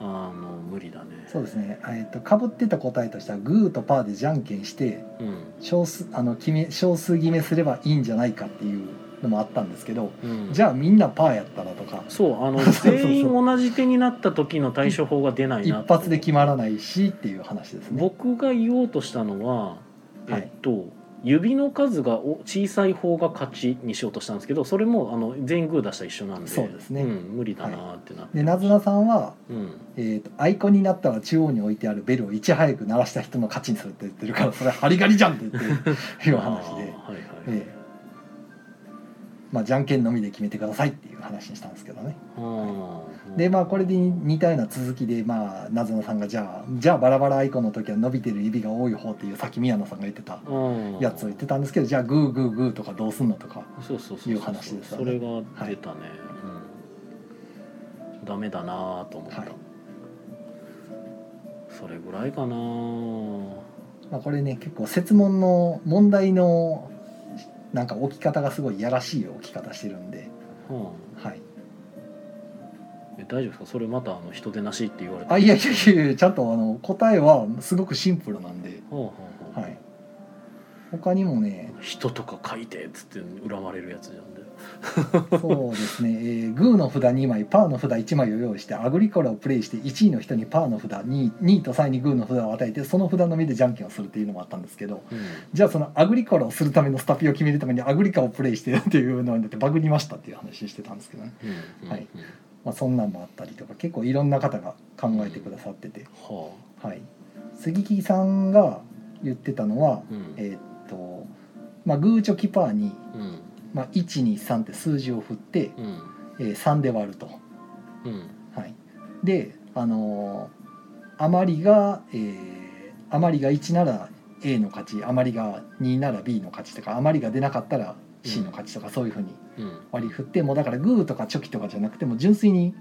S1: あの無理だね
S2: そうですねかぶ、えーと、被ってた答えとしてはグーとパーでじゃんけんして
S1: うん
S2: 少数あの決め少数決めすればいいんじゃないかっていうのもあったんですけど
S1: うん
S2: じゃあみんなパーやったらとか
S1: そうあの
S2: そうそうそう
S1: 全員同じ手になった時の対処法が出ない
S2: 一
S1: なと
S2: 発で決まらないしっていう話ですね。
S1: 僕が言おうとしたのは、
S2: はい
S1: えっと指の数がお小さい方が勝ちにしようとしたんですけどそれもあの全員グー出したら一緒なんで
S2: そうですね
S1: ん、無理だなーってなって、
S2: でなずなさんは、
S1: うん、
S2: えーと「アイコンになったら中央に置いてあるベルをいち早く鳴らした人の勝ちにする」って言ってるからそれハリガリじゃんって言ってるい
S1: あー
S2: う話で、
S1: はいはい、
S2: ええまあ、じゃんけんのみで決めてくださいっていう話にしたんですけどね。
S1: あー
S2: でまあこれで似たような続きでまあなずなさんがじゃあじゃあバラバラアイコンの時は伸びてる指が多い方っていうさっき宮野さんが言ってた
S1: うん
S2: やつを言ってたんですけどじゃあグーグーグーとかどうすんのとか
S1: そうそうそうそう
S2: いう話ですよ
S1: そ
S2: ね
S1: れが出たね、うん、ダメだなーと思った、
S2: はい
S1: それぐらいかなー
S2: まあ、これね結構設問の問題のなんか置き方がすごいやらしい置き方してるんで、
S1: うん
S2: はい、
S1: え大丈夫ですかそれまたあの人手なしって言われて
S2: あいやいやいやいやちゃんとあの答えはすごくシンプルなんで、
S1: はあはあはあ
S2: はい、他にもね
S1: 人とか書いてっつって恨まれるやつじゃんで
S2: そうですね、え [LAUGHS] ーグーの札2枚パーの札1枚を用意してアグリコラをプレイして1位の人にパーの札 2, 2位と3位にグーの札を与えてその札のみでじゃんけんをするっていうのもあったんですけどじゃあそのアグリコラをするためのスタピを決めるためにアグリカをプレイしてっていうのになってバグりましたっていう話してたんですけどね。
S1: うん
S2: はいまあ、そんなんもあったりとか結構いろんな方が考えてくださってて、
S1: は
S2: はい、杉木さんが言ってたのは
S1: あ、うん
S2: えーっと、まあ、グーチョキパーに、
S1: うん
S2: まあ、123って数字を振って、
S1: うん
S2: えー3で割ると。
S1: うん
S2: はい、で、あのー余りが、えー余りが1なら A の勝ち余りが2なら B の勝ちとか余りが出なかったら C の勝ちとか、そういうふうに
S1: うん
S2: 割り振ってもうだからグーとかチョキとかじゃなくても純粋に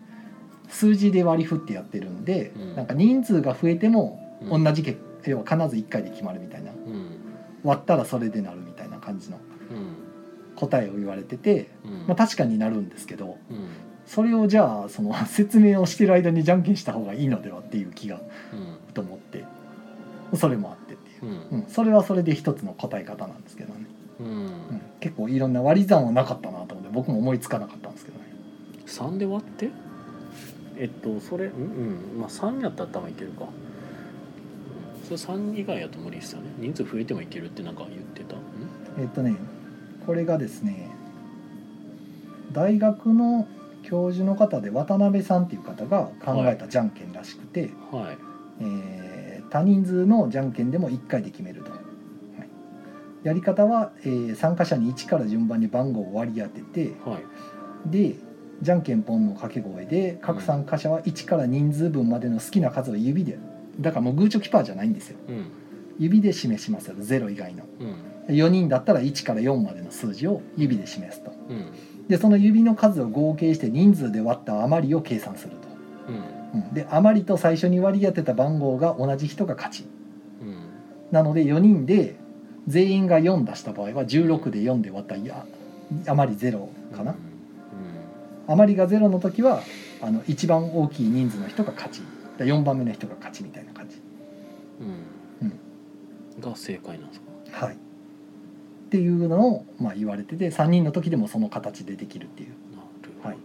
S2: 数字で割り振ってやってるんで、
S1: うん
S2: なんか人数が増えても
S1: う
S2: 同
S1: ん
S2: じ結果、要は必ず1回で決まるみたいな
S1: うん
S2: 割ったらそれでなるみたいな感じの
S1: うん
S2: 答えを言われてて、
S1: うん
S2: まあ、確かになるんですけど
S1: うん
S2: それをじゃあその [LAUGHS] 説明をしてる間にじゃんけんした方がいいのではっていう気が
S1: うん
S2: と思ってそれもあってっていう、
S1: うん
S2: うん、それはそれで一つの答え方なんですけどね、
S1: うん
S2: うん、結構いろんな割り算はなかったなと思って僕も思いつかなかったんですけどね。
S1: 3で割ってえっとそれうんうんまあ3やったら多分いけるかそれ3以外やと無理ですよね人数増えてもいけるってなんか言ってたうん
S2: えっとねこれがですね大学の教授の方で渡辺さんっていう方が考えたじゃんけんらしくて、
S1: はい
S2: えー多人数のじゃんけんでも1回で決めると、はいやり方は、えー参加者に1から順番に番号を割り当てて
S1: はい
S2: でじゃんけんポンの掛け声で各参加者は1から人数分までの好きな数を指でだからもうグーチョキパーじゃないんですよ
S1: うん
S2: 指で示しますよ0以外の
S1: うん
S2: 4人だったら1から4までの数字を指で示すと
S1: うん
S2: でその指の数を合計して人数で割った余りを計算すると、
S1: うん
S2: うん、で余りと最初に割り当てた番号が同じ人が勝ち
S1: うん
S2: なので4人で全員が4出した場合は16で4で割ったいや余り0かな、余りが0の時はあの一番大きい人数の人が勝ち4番目の人が勝ちみたいな感じ
S1: うんうん、が正解なんですか
S2: はいっていうのを、まあ、言われてて3人の時でもその形でできるっていう
S1: なるほど、
S2: はい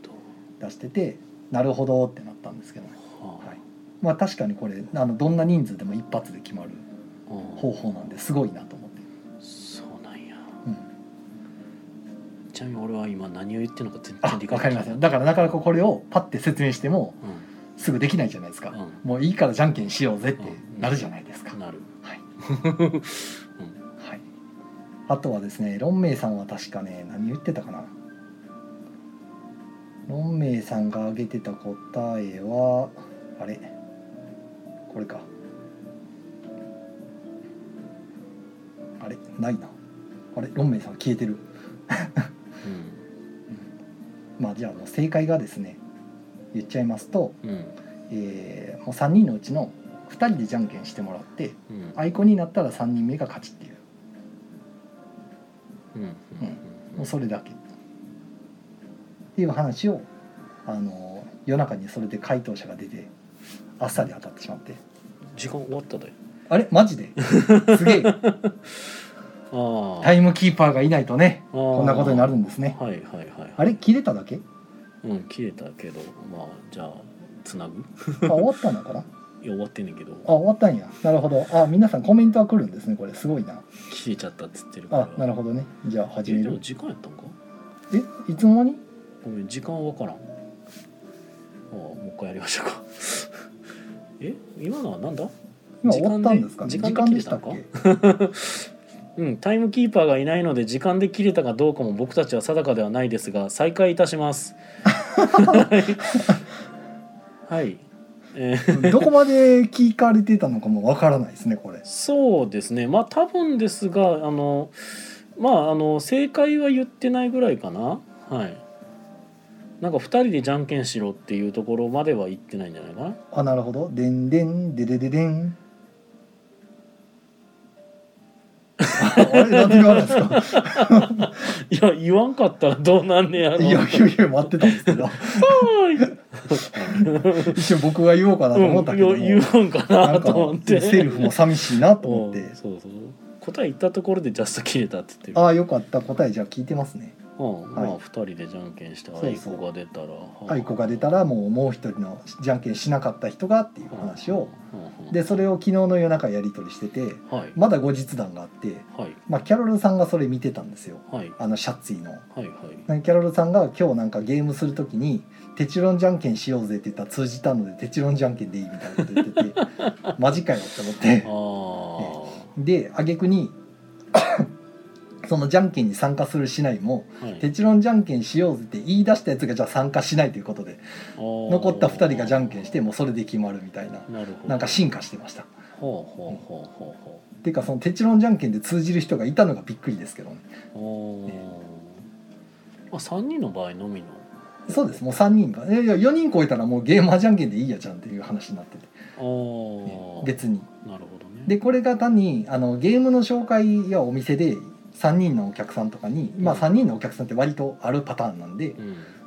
S2: 出しててなるほどってなったんですけどね
S1: は
S2: はいまあ確かにこれあのどんな人数でも一発で決まる
S1: あうん
S2: 方法なんですごいなと思って、
S1: そうなんや
S2: うん、
S1: ちなみに俺は今何を言ってるのか全
S2: あ
S1: 然理解
S2: わか
S1: で
S2: り
S1: きな
S2: ま
S1: い
S2: せんだからなかなかこれをパッて説明してもすぐできないじゃないですか
S1: うん、
S2: もういいからじゃんけんしようぜってなるじゃないですか
S1: うん、なる
S2: はい、
S1: うん
S2: はい、あとはですねロンメイさんは確かね何言ってたかなロンメイさんが挙げてた答えはあれこれかあれないなあれロンメイさん消えてるまあじゃあもう正解がですね言っちゃいますと、
S1: うんうん
S2: えーもう3人のうちの2人でじゃんけんしてもらって
S1: うん
S2: アイコンになったら3人目が勝ちっていう
S1: うんうん
S2: もうそれだけっていう話をあの夜中にそれで回答者が出てあっさり当たってしまって
S1: 時間終わったで
S2: あれマジ [LAUGHS] ですげえ
S1: ああ
S2: タイムキーパーがいないとねこ
S1: こ
S2: んなことになるんですね
S1: はいはいはい
S2: あれ切れただけ
S1: うん消えたけどまあじゃあつなぐ
S2: あ終わったのかない
S1: や終わってんねんけど
S2: あ終わったんやなるほどあ皆さんコメントは来るんですねこれすごいな
S1: 消えちゃったっつってるから
S2: あなるほどねじゃあ始
S1: え
S2: め
S1: でも
S2: る
S1: 時間やったんか
S2: えいつの間に
S1: ごめん時間わからんああもう一回やりましょうか [LAUGHS] え今のはなんだ
S2: 今終わったんですかね
S1: 時
S2: 時
S1: 間で
S2: 間でしたっけ
S1: 時うんタイムキーパーがいないので時間で切れたかどうかも僕たちは定かではないですが再開いたします [LAUGHS] はいえー
S2: どこまで聞かれてたのかもわからないですねこれ
S1: そうですねまあ多分ですがあのまああの正解は言ってないぐらいかなはいなんか2人でじゃんけんしろっていうところまでは言ってないんじゃないかな
S2: あなるほどでんでんででででんああれ [LAUGHS] なんで言わないんですか
S1: いや言わんかったらどうなんねやろ [LAUGHS]
S2: いやいやいや待ってたんですけど一瞬僕が言おうかなと思ったけども、
S1: うん、言わんか
S2: な
S1: なんと思
S2: か
S1: って
S2: セルフも寂しいなと思っ
S1: う
S2: て
S1: んそうそう答え言ったところでジャスト切れたって言ってる
S2: ああよかった答えじゃあ聞いてますね
S1: うん、ま
S2: は
S1: あ
S2: い
S1: 2人でじゃんけんして
S2: そうそ
S1: あ
S2: う
S1: いこが出たら
S2: 愛子が出たらもうもう一人のじゃんけんしなかった人がっていう話を
S1: うんうん
S2: でそれを昨日の夜中やり取りしてて
S1: はい
S2: まだ後日談があって、
S1: はい
S2: まあ、キャロルさんがそれ見てたんですよ
S1: はい
S2: あのシャッツィの。
S1: はいはい
S2: なんかキャロルさんが今日なんかゲームするときに「テチロンじゃんけんしようぜ」って言ったら通じたので「テチロンじゃんけんでいい」みたいなこと言っててマジかよって思って
S1: ああ
S2: で挙句に [COUGHS] そのじゃんけんに参加するしないも
S1: は
S2: 「
S1: い
S2: テチロンじゃんけんしようぜ」って言い出したやつがじゃあ参加しないということで残
S1: 残
S2: った2人がじゃんけんしててもうそれで決まるみたいな
S1: なるほど
S2: なんか進化してました。
S1: ほうほうほうほうほ
S2: っていうかその「テチロンじゃんけん」で通じる人がいたのがびっくりですけどね
S1: うおーあ三人の場合のみの
S2: そうですもう3人がいやいや4人超えたらもうゲーマーじゃんけんでいいやじゃんっていう話になってて、
S1: ああ
S2: 別に
S1: なるほどね
S2: でこれが単にあのゲームの紹介やお店で3人のお客さんとかに、まあ、
S1: うん
S2: 3人のお客さんって割とあるパターンなんで、
S1: うん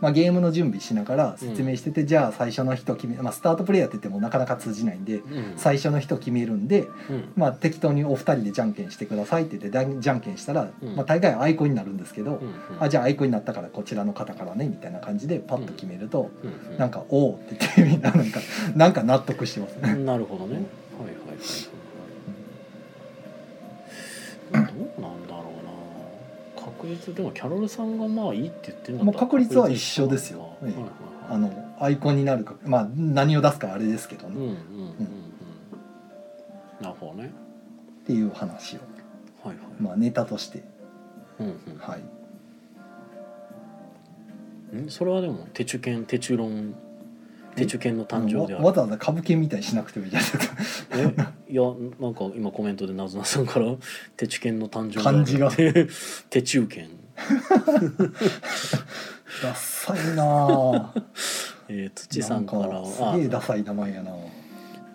S2: まあ、ゲームの準備しながら説明してて、じゃあ最初の人決め、まあ、スタートプレイヤーって言ってもなかなか通じないんで
S1: うん
S2: 最初の人決めるん
S1: う
S2: で、
S1: ん
S2: まあ、適当にお二人でじゃんけんしてくださいって言ってだんじゃんけんしたら、
S1: うん
S2: まあ、大概アイコンになるんですけ
S1: う
S2: ど、
S1: ん
S2: あじゃあアイコンになったからこちらの方からねみたいな感じでパッと決めると、
S1: うんうん
S2: なんか「おお」って言ってみんななんかなんか納得してますね。
S1: なるほどねはいはいはいはいどうなんだろうな確率でもキャロルさんがまあいいって言ってるんだったら
S2: まあ確率は一緒ですよ
S1: 確率は一緒なのか
S2: あのアイコンになるかまあ何を出すかはあれですけど
S1: うんう
S2: ね、
S1: んうんうんなるほどね
S2: っていう話を、
S1: はいはい
S2: まあ、ネタとして
S1: うんうん
S2: はい
S1: んそれはでも手中剣手中論手中剣の誕生で
S2: あ
S1: あ
S2: のわわ
S1: る
S2: ざわざ株券みたいにしなくてもいいじゃな
S1: [LAUGHS]
S2: いですか
S1: えいやなんか今コメントでなずなさんから「手中剣の誕生
S2: 漢字が
S1: であるって [LAUGHS] 手中剣、
S2: ダサい
S1: [LAUGHS]
S2: なぁ
S1: えー、土さんか
S2: な
S1: ら
S2: か
S1: は
S2: すげえダ
S1: あ
S2: サい名前やなぁ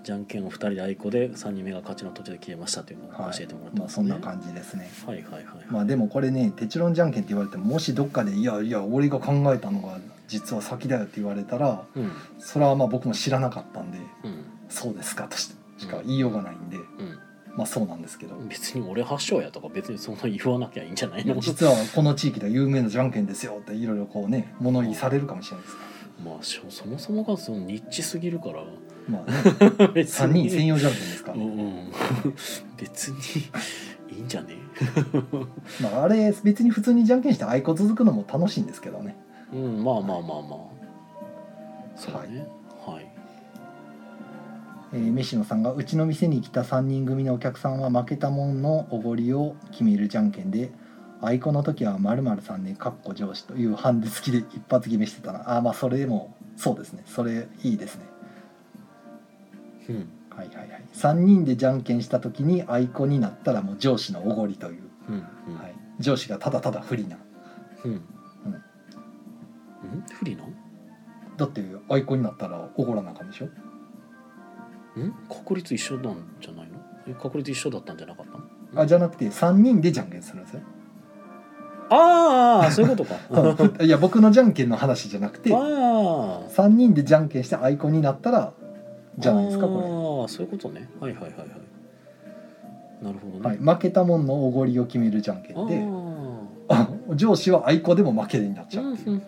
S1: じゃんけんを2人であいこで3人目が勝ちの途中で消えましたというのを
S2: はい
S1: 教えてもらって
S2: まあ
S1: ま
S2: そ
S1: す
S2: ん
S1: ね、
S2: な感じですね
S1: はいはいはい、
S2: まあでもこれね「テチロンじゃんけん」って言われてももしどっかで「いやいや俺が考えたのが実は先だよ」って言われたら
S1: うん
S2: それはまあ僕も知らなかったんで
S1: うん
S2: 「そうですか」としか言いようがないんで、まあそうなんですけど
S1: うん別に俺発祥やとか別にそんな言わなきゃいいんじゃ
S2: [LAUGHS]
S1: ない
S2: いや
S1: の
S2: 実はこの地域では有名なじゃんけんですよっていろいろこうね物言いされるかもしれないですか
S1: まあしょそもそもがそのニッチすぎるから
S2: らまあね
S1: 別
S2: 3人専用じゃんけんですから
S1: [LAUGHS] う
S2: ね、
S1: んうん、別にいいんじゃね
S2: まあ、あれ別に普通にじゃんけんしてあいこ続くのも楽しいんですけどね
S1: うんまあまあまあまあそうねはい、
S2: えー、飯野さんが「うちの店に来た3人組のお客さんは負けたもんのおごりを決めるじゃんけんであいこの時は〇〇さんねかっこ上司というハンデ付きで一発決めしてたなあーまあそれでもそうですねそれいいですね
S1: うん
S2: はいはいはい、3人でじゃんけんした時にアイコンになったらもう上司のおごりという、
S1: うんうん
S2: はい、上司がただただ不利な
S1: うんうん不利な
S2: だってアイコンになったらおごらなあかんでしょ
S1: ん確率一緒なんじゃないのえ確率一緒だったんじゃなかったの
S2: あじゃなくて3人でじゃんけんする
S1: [LAUGHS]
S2: んですよ
S1: あーあー [LAUGHS] そういうことかあ
S2: いや僕のじゃんけんの話じゃなくて
S1: あ
S2: 3人でじゃんけんしてアイコンになったらじゃないですかこ
S1: ああそういうことねはいはいはいはいなるほどね、
S2: れ、はい、負けたもんのおごりを決めるじゃんけ
S1: あ
S2: んで
S1: ー
S2: 上司はアイコンでも負けになっち
S1: う
S2: ゃ
S1: んう
S2: う
S1: う
S2: ん
S1: んうん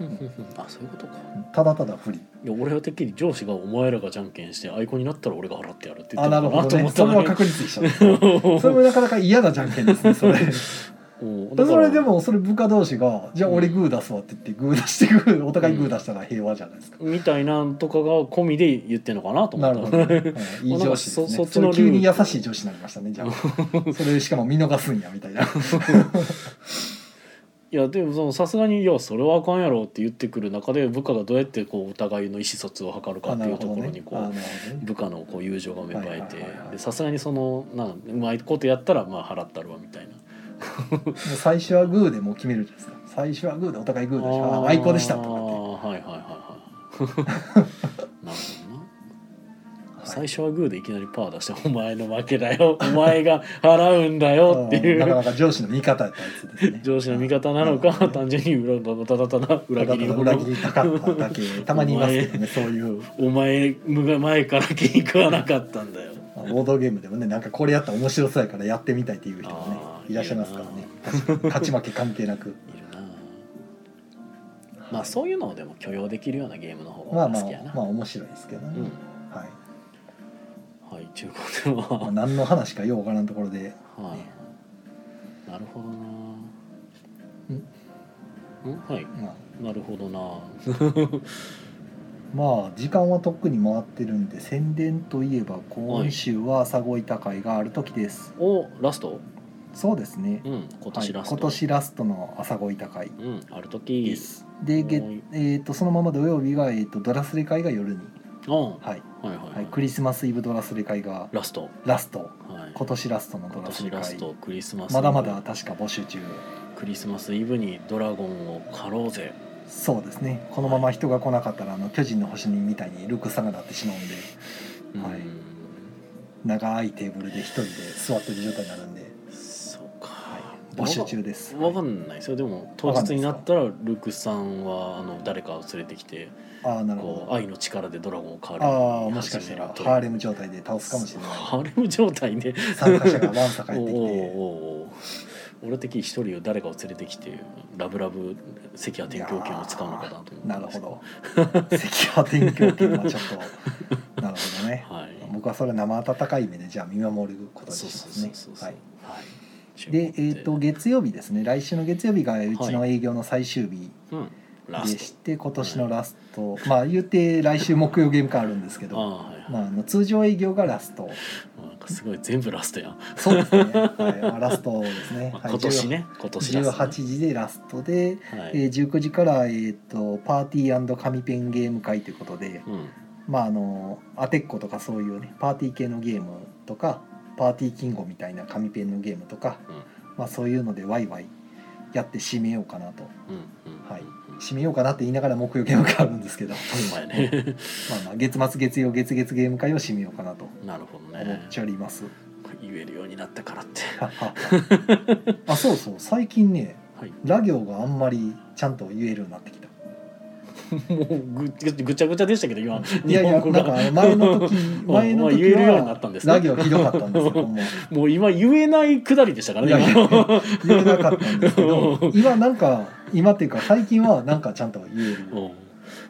S1: あそういうことか
S2: ただただ不利
S1: いや俺はてっきり上司がお前らがじゃんけんしてアイコンになったら俺が払ってやるって言
S2: あ
S1: って
S2: な
S1: る
S2: る
S1: のか
S2: ほ
S1: な
S2: ど
S1: と思
S2: ね
S1: った
S2: そ
S1: の
S2: れ
S1: に
S2: は確立した
S1: [LAUGHS]
S2: それもなかなか嫌なじゃんけんですねそれ
S1: うんだから
S2: それでもそれ部下同士が「じゃあ俺グー出すわ」って言ってグー出してグーお互いグー出したら平和じゃないですか、
S1: みたいなんとかが込みで言ってんのかなと思
S2: な
S1: った
S2: るほど、は
S1: [LAUGHS]
S2: いいい上司です
S1: もうなんかそそ
S2: ね
S1: っち
S2: そ
S1: の
S2: れ
S1: ルール
S2: 急に優しい上司になりましたねじゃ
S1: [LAUGHS]
S2: あそれしかも見逃すんやみたいない
S1: やでもそのさすがに「いやそれはあかんやろ」って言ってくる中で部下がどうやってこうお互いの意思疎通を図るか
S2: あ
S1: っ
S2: な
S1: ていう
S2: る
S1: と
S2: ほ
S1: こ
S2: ど
S1: ろ
S2: ね
S1: にこ
S2: あなるほど
S1: う
S2: ね
S1: 部下のこう友情が芽生えて
S2: はいはいはいはい
S1: でさすがにそのなんうまいことやったらまあ払ったるわみたいな
S2: [LAUGHS] もう最初はグーでもう決めるじゃないですか最初はグーでお互いグー出したああアイコンでしたと
S1: あ
S2: か
S1: [LAUGHS] ーはいはいはいはい
S2: って、は
S1: なるほどない最初はグーでいきなりパー出して「お前の負けだよお前が払うんだよ」ってい
S2: なか
S1: う
S2: なか上司の味方やったやつですね
S1: 上司の味方なのか
S2: なるほどね
S1: 単純に裏ただただ裏
S2: 裏
S1: 切
S2: 切
S1: り
S2: り
S1: 者
S2: 裏切りたかっただけたまにいますけどねそういう
S1: [LAUGHS] お前が前から気に食わなかったんだよ。
S2: まあボードゲームでもねなんかこれやったら面白そうやからやってみたいっていう人もね
S1: あー
S2: いらっしゃいますからね確かに勝ち負け関係なく
S1: いるなあ。まあそういうのをでも許容できるようなゲームの方
S2: ま
S1: が
S2: あまあ
S1: 好きやな。
S2: まあ面白いですけどね、はい
S1: うん。はい。中古で
S2: ま
S1: は
S2: あ、。何の話か [LAUGHS] ようわからんところで
S1: はい。なるほどな。ん？はい。
S2: まあ
S1: な [LAUGHS] るほどな。
S2: まあ時間はとっくに回ってるんで宣伝といえば今週は朝ごいた会がある時です、
S1: おラスト？
S2: そうですね
S1: うん。今
S2: は
S1: 年
S2: い
S1: ラスト。
S2: 今年ラストの朝ごいた会
S1: うん。ある時。
S2: ですで、げ
S1: はい
S2: えー、とそのまま土曜日が、えー、とドラスレ会が夜に、
S1: うん。は
S2: はい
S1: いはい
S2: は、
S1: はいい。
S2: クリスマスイブドラスレ会が
S1: ラスト。
S2: ラスト
S1: はい。
S2: 今年ラストのド
S1: 今
S2: ラス
S1: 年
S2: レ
S1: ラ
S2: 会
S1: ストクリスマス。
S2: まだまだ。確か募集中
S1: クリスマスイブにドラゴンを狩ろうぜ。
S2: そうですねこのまま人が来なかったらあの巨人の星人みたいにルクサがなってしまうんではい
S1: うん
S2: 長いテーブルで一人で座ってる状態になるんで、
S1: そうか。
S2: はい、募集中です
S1: わかんないですよでも当日になったらルクさんはあの誰かを連れてきて
S2: ああなる
S1: こ
S2: ほ
S1: う
S2: ど
S1: 愛の力でドラゴンを変わる
S2: ああもしかしたら
S1: 始めると
S2: ハーレム状態で倒すかもしれな
S1: ハーレム状態で
S2: い参加者がわんさ
S1: お
S2: か
S1: う
S2: や
S1: お
S2: っ
S1: う
S2: てき
S1: お
S2: て
S1: うおう俺的に一人を誰かを連れてきてラブラブ赤亜天狂犬を使うのかなと思って
S2: なるほど [LAUGHS] 赤波天狂犬はちょっとなるほどね
S1: はい
S2: 僕はそれ生温かい目でじゃあ見守ることにし
S1: そう
S2: ま
S1: そうそう
S2: すね
S1: そう
S2: はい
S1: はい
S2: で、えー、と月曜日ですね来週の月曜日がうちの
S1: は
S2: 営業の最終日
S1: うんラ
S2: で
S1: ス
S2: して、今年のラスト、まあ言うて来週木曜ゲーム会あるんですけ
S1: トああ
S2: ど
S1: はいはい
S2: まあ、あの通常営業がラスト
S1: なんかすごい全部ラストやん、
S2: そう
S1: [LAUGHS]
S2: ですね、はいまあ、ラストですね、
S1: まあ
S2: はい、
S1: 今年ね今年ラスト
S2: 18時でラストで、
S1: はい
S2: えー、19時から、えー、とパーティー紙ペンゲーム会ということで、
S1: うん
S2: まあ、あのアテッコとかそういうねパーティー系のゲームとかパーティーキングみたいな紙ペンのゲームとか、
S1: うん
S2: まあ、そういうのでワイワイやって締めようかなと
S1: うんうん
S2: はい締めようかなって言いながら木曜ゲーム会あるんですけどま
S1: ほんまやね [LAUGHS]
S2: あまあ月末月曜月月ゲーム会を締めようかなと
S1: なるほど
S2: 思
S1: ね
S2: っております。
S1: 言えるようになったからって
S2: ははあそうそう最近ね
S1: はい
S2: ラ行があんまりちゃんと言えるようになってきた
S1: もうぐぐちゃぐちゃでしたけど今
S2: [LAUGHS] いやいや
S1: 日本語
S2: なん
S1: が
S2: か前の時前
S1: ま
S2: の
S1: あ
S2: 時
S1: 言えるようにな
S2: は
S1: ったんですね
S2: ラ行ひどかったんですけども
S1: [LAUGHS] もう今言えないくだりでしたから
S2: いやい
S1: ね
S2: や
S1: 今
S2: 言えなかったんです
S1: [LAUGHS]
S2: け
S1: う
S2: ど
S1: ん
S2: 今なんか今っていうか最近はなんかちゃんと言える
S1: うん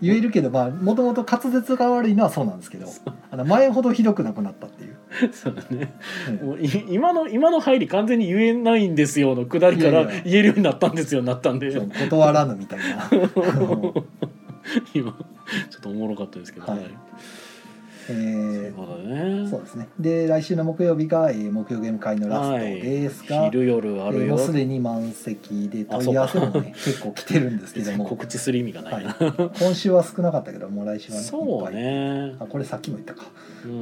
S2: 言えるけどまあもともと滑舌が悪いのはそうなんですけどあの前ほどひどくなくなったっていう、
S1: そうだね
S2: うん
S1: もうい今の今の入り完全に言えないんですよのくだりか
S2: い
S1: ら
S2: やいや
S1: 言えるようになったんですよになったんで
S2: そう断らぬみたいなうん
S1: [LAUGHS] 今ちょっとおもろかったですけど
S2: はい
S1: はいそ
S2: え
S1: うい
S2: ー
S1: うことでね
S2: そうですねで来週の木曜日が、えー木曜ゲーム会のラストですが、
S1: はい、昼夜あ
S2: え
S1: る
S2: ー
S1: よ
S2: もうすでに満席で
S1: あ
S2: 問い合わせもね [LAUGHS] 結構来てるんですけ
S1: 別
S2: ど
S1: に [LAUGHS]
S2: も
S1: 告知する意味がないな、
S2: はい、今週は少なかったけどもう来週はね
S1: そう
S2: いっ
S1: ね
S2: ぱいあこれさっきも言ったか
S1: うん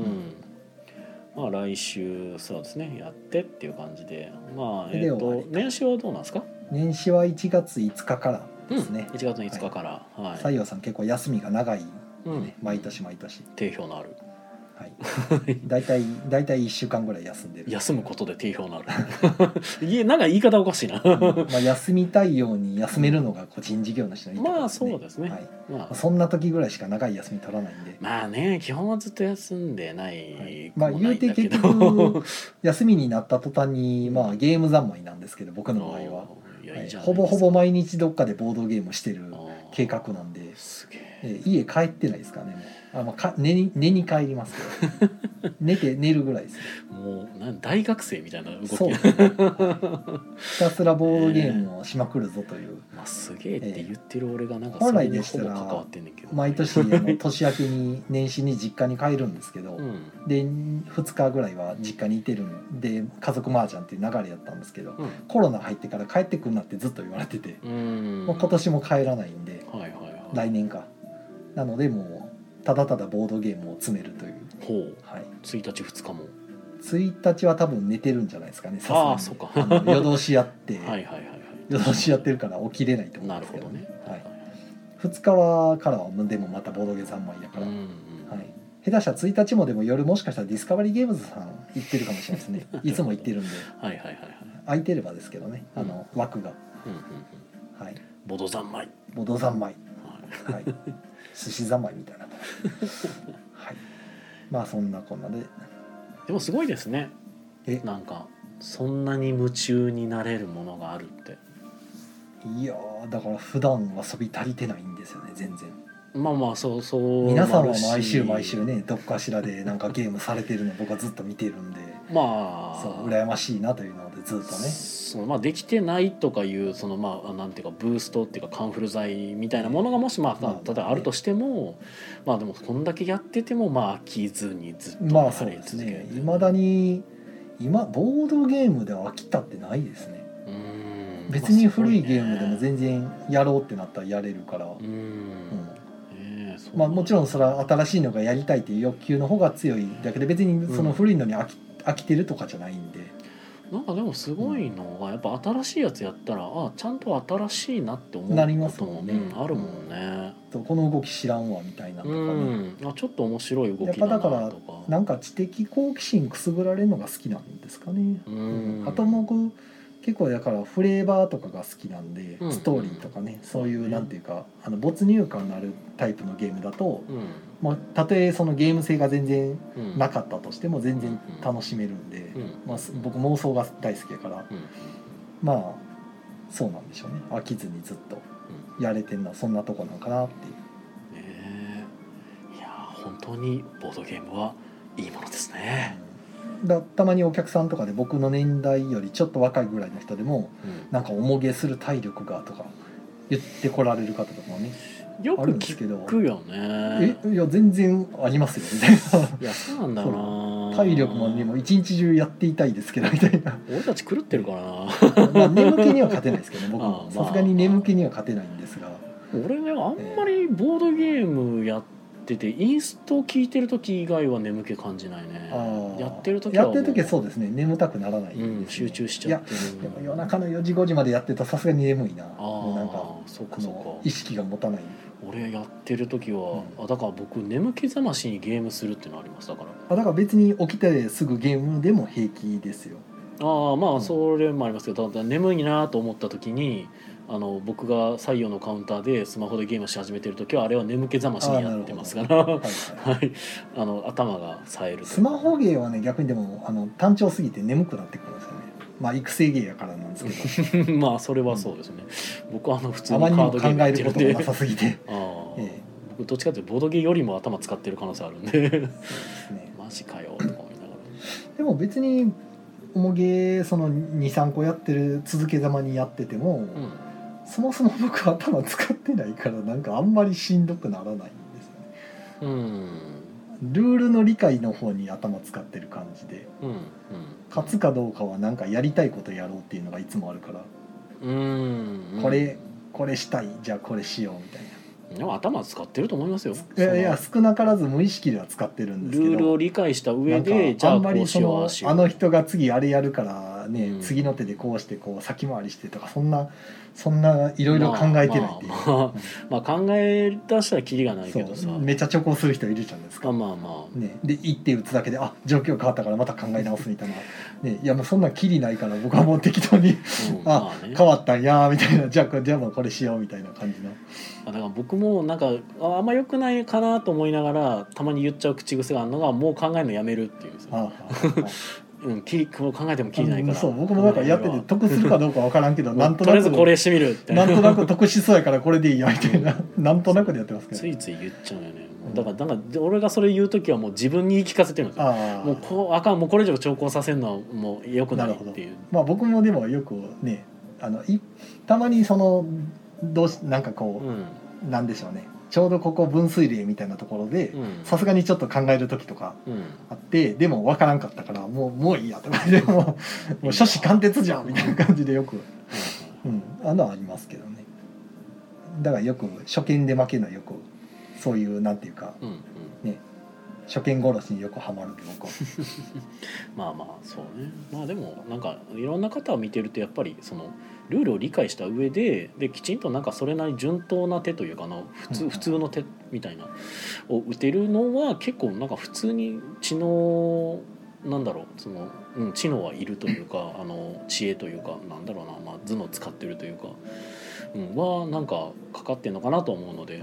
S1: まあ、来週そうですねやってっていう感じでまあ
S2: そ
S1: え
S2: れ
S1: っ、
S2: で終わり
S1: と年始はどうなんですか、
S2: 年始は1月5日から
S1: うん、
S2: ですね
S1: 1、月の5日からはい、
S2: 西洋さん結構休みが長いんでね、
S1: うん
S2: 毎年毎年
S1: 定評のある
S2: はい大体大体1週間ぐらい休んでる
S1: 休むことで定評のある [LAUGHS] いえなんか言い方おかしいな
S2: うんまあ、休みたいように休めるのが個人事業の人のいいとこ
S1: ま
S2: ろ
S1: あそうですね、
S2: はい
S1: ま
S2: まあ
S1: あ、
S2: そんな時ぐらいしか長い休み取らないんで
S1: まあね基本はずっと休んでない
S2: まあ
S1: 子もないんだけど
S2: 言うて
S1: [LAUGHS]
S2: 結局休みになった途端に、まあ、ゲーム三昧なんですけど僕の場合は、
S1: いや
S2: はい
S1: い
S2: い
S1: じゃないですか
S2: ほぼほぼ毎日どっかでボードゲームしてる
S1: あー
S2: 計画なんです
S1: げえ
S2: えー家帰ってないですかねもうあ、まあ、か寝に寝に帰りますけ
S1: [LAUGHS]
S2: ど寝て寝るぐらいです
S1: もうなん大学生みたいな動き
S2: そう、ねはいひたすらボードゲームをしまくるぞという、
S1: [LAUGHS] まあ、すげえって
S2: ええ
S1: 言ってる俺がなんか
S2: 本
S1: それに
S2: 来で
S1: ほ
S2: し
S1: ぼ
S2: た
S1: 関
S2: ら
S1: わってんねんけど
S2: 毎年あの年明けに年始に実家に帰るんですけど、
S1: うん
S2: で2日ぐらいは実家にいてるんで家族麻雀っていう流れやったんですけど
S1: うん
S2: コロナ入ってから帰ってくんなってずっと言われてて、
S1: うん
S2: まあ、今年も帰らないんで
S1: はいはいはい
S2: 来年かなのでもうただただボードゲームを詰めるという、
S1: ほう
S2: はい、
S1: 1日2日も
S2: 1日は多分寝てるんじゃないですかねさすがに
S1: ああそっか
S2: あの夜通しやっ
S1: [LAUGHS]
S2: て、
S1: はいはいはいはい
S2: 夜通しやってるから起きれないと思う
S1: なん
S2: で
S1: る
S2: す
S1: ほ
S2: けど
S1: どね
S2: はい、2日はからはでもまたボードゲーム三昧だか
S1: う
S2: ら、
S1: んう
S2: は
S1: ん
S2: い、下手したら1日もでも夜もしかしたらディスカバリーゲームズさん行ってるかもしれないで
S1: [LAUGHS]
S2: すねいつも行ってるんで
S1: はいはいはいはい
S2: 空いてればですけどねあの枠が、
S1: うんうんうん
S2: はい、
S1: ボド三昧
S2: ボード三昧
S1: はい [LAUGHS]
S2: はい、寿司三昧みたいなとこ、はい、まあそんなこんなで
S1: でもすごいですね
S2: え
S1: なんかそんなに夢中になれるものがあるって
S2: いやーだから普段遊び足りてないんですよね全然
S1: まあまあそうそう
S2: 皆さん
S1: な
S2: は
S1: るし
S2: 毎週毎週ねどっかしらでなんかゲームされてるの僕はずっと見てるんで
S1: まあ
S2: そう羨ましいなというのでずっとね
S1: そのまあ、できてないとかいうそのまあなんていうかブーストっていうかカンフル剤みたいなものがもしまあ
S2: まあ
S1: た例えばあるとしてもまあでもこんだけやっててもまあ飽きずにずっと
S2: まあそうですねいまだ
S1: に
S2: に今ボードゲームで飽きたってないですね別に古いゲームでも全然やろうってなったらやれるから、
S1: う
S2: うん
S1: んねえそう
S2: まあ、もちろんそれは新しいのがやりたいっていう欲求の方が強いだけで別にその古いのに飽き,、飽きてるとかじゃないんで
S1: なんかでもすごいのがやっぱ新しいやつやったらあちゃんと新しいなって思う
S2: なります
S1: ことも
S2: もんね
S1: うんあるもんね。
S2: そうこの動き知らんわみたいなと
S1: う
S2: かね
S1: ん、あちょっと面白い動きだ
S2: や
S1: な
S2: っ
S1: と
S2: ぱ
S1: か
S2: だからなんか知的好奇心くすぐられるのが好きなんですかね
S1: うん
S2: あと僕結構だからフレーバーとかが好きなんで、
S1: うん
S2: ストーリーとかねそうい
S1: そう
S2: う
S1: ね
S2: なんていうかあの没入感のあるタイプのゲームだと、
S1: うん
S2: まあ、たとえそのゲーム性が全然
S1: うん
S2: なかったとしても全然
S1: うん
S2: 楽しめるんで、
S1: うん
S2: まあ、す僕妄想が大好きやから
S1: うん
S2: まあそうなんでしょうね飽きずにずっとやれてるのはそんなとこなんかなっていう
S1: ねえいやー本当にボードゲームはいいものですね。
S2: だたまにお客さんとかで僕の年代よりちょっと若いぐらいの人でも
S1: うん
S2: なんか重げする体力がとか言ってこられる方とかもね
S1: よ
S2: あ
S1: く
S2: るんですけ
S1: 聞
S2: ど
S1: くよ
S2: え
S1: ね。
S2: いや全然ありますよみたい
S1: いやそうなんだよな。
S2: な体力もにも一日中やっていたいですけどみたいな [LAUGHS]
S1: 俺たち狂ってるからな。
S2: まあ眠気には勝てないですけどね僕
S1: あ
S2: も
S1: あまあ
S2: さすがに眠気には勝てないんですが
S1: 俺ねあんまりボードゲームやっててインスト聞いてる時以外は眠気感じないね
S2: ああ
S1: やってる時は
S2: や
S1: も
S2: ってる時はそうですね眠たくならない、
S1: うん、集中しちゃって
S2: いやで
S1: る
S2: も夜中の4時5時までやってたらさすがに眠いな
S1: あ
S2: もうなんか
S1: あそうか
S2: こ
S1: そ
S2: の
S1: う
S2: 意
S1: か
S2: 識が持たない
S1: 俺やってる時は、あだから僕眠気覚ましにゲームするっていうのありますだから
S2: あだから別に起きてすぐゲームでも平気ですよ
S1: ああま
S2: う
S1: あ
S2: ん
S1: それもありますけどだだ眠いなと思った時にあの僕が採用のカウンターでスマホでゲームし始めてる時はあれは眠気覚ましにやってますから
S2: はい
S1: は [LAUGHS]
S2: はい
S1: いあの頭が冴えるというか
S2: スマホゲーはね逆にでもあの単調すぎて眠くなってくるんですよねまあ育成ゲーやからなんですけど
S1: まあそれはそうですね、僕はあの普通
S2: あ
S1: にカ
S2: まりに
S1: ー
S2: も
S1: ド
S2: 考
S1: ゲームや
S2: え
S1: って
S2: る
S1: るん
S2: こと
S1: で
S2: がなさすぎて
S1: ああ、
S2: [LAUGHS] え
S1: 僕どっちかというとボードゲーよりも頭使ってる可能性あるんで
S2: えそうですね
S1: マジかよとか思いなが
S2: でも別に重げその23個やってる続けざまにやってても、
S1: ら、うん、
S2: そもそも僕頭使ってないからなんかあんまりしんどくならないんですよね
S1: うん
S2: ルールの理解の方に頭使ってる感じで
S1: うん
S2: 勝つかどうかはなんかやりたいことやろうっていうのがいつもあるから
S1: うんうん
S2: これこれしたいじゃあこれしようみたいな
S1: でも頭使ってると思いますよ
S2: いやいや
S1: そ
S2: 少なからず無意識では使ってるん
S1: の
S2: ですけど
S1: ルールを理解した上
S2: な
S1: で
S2: んか
S1: じゃ
S2: あ
S1: あ
S2: んま
S1: こう
S2: り
S1: し
S2: そ
S1: ようあ
S2: の
S1: あしよう
S2: あの人が次あれやるからね、
S1: うん
S2: 次の手でこうしてこう先回りしてとかそんなそんないろいろ考えてないっていう、
S1: まあまあまあ、考え出したらキリがないけどさ
S2: そうめっちゃ直行する人いるじゃないです
S1: ま
S2: か、
S1: あまあまあ
S2: ね、で一手打つだけであ状況変わったからまた考え直すみたいな、ね、いやもうそんなきりないから僕はもう適当に
S1: うん
S2: あ
S1: まあね
S2: 変わったんやーみたいなじゃあこれじゃあもうこれしようみたいな感じの
S1: だから僕もなんかああんま良くないかなと思いながらたまに言っちゃう口癖があるのがもう考えるのやめるっていう
S2: ああああ
S1: うん、きりもう考えてもきりないから
S2: そう僕もなんかやってて得するかどうかわからんけど
S1: な
S2: なんん
S1: と
S2: と
S1: とりあ
S2: な
S1: えず
S2: く
S1: これしてみるって
S2: なんとなく得しそうやからこれでいいやみたいななんとなくでやってますけど
S1: ついつい言っちゃうよねもうだからなんか俺がそれ言う時はもう自分に言い聞かせてるんですよ
S2: ああ
S1: もうこうあかんもうこれ以上調校させるのはもう良くないっていう
S2: まあ僕もでもよくねあのいたまにそのどうしなんかこ
S1: うん
S2: う、なんでしょうねちょうどここ分水嶺みたいなところで
S1: うん
S2: さすがにちょっと考える時とか
S1: うん
S2: あってでも分からんかったからもうもういいやとかでもうもう初子貫徹じゃんみたいな感じでよく、うん、あのはありますけどねだからよく初見で負けるのはよくそういうなんていうか
S1: うんうん
S2: 初見殺しによくハマるんで僕は。
S1: まあまあそうねまあでもなんかいろんな方を見てるとやっぱりそのルールを理解した上でできちんとなんかそれなり順当な手というかな普
S2: うんう
S1: 通
S2: ん
S1: 普通の手みたいなを打てるのは結構なんか普通に知能なんだろうその、うん、知能はいるというかあの知恵というかなんだろうな、まあ、頭脳使ってるというか、うん、はなんかかかってんのかなと思うので。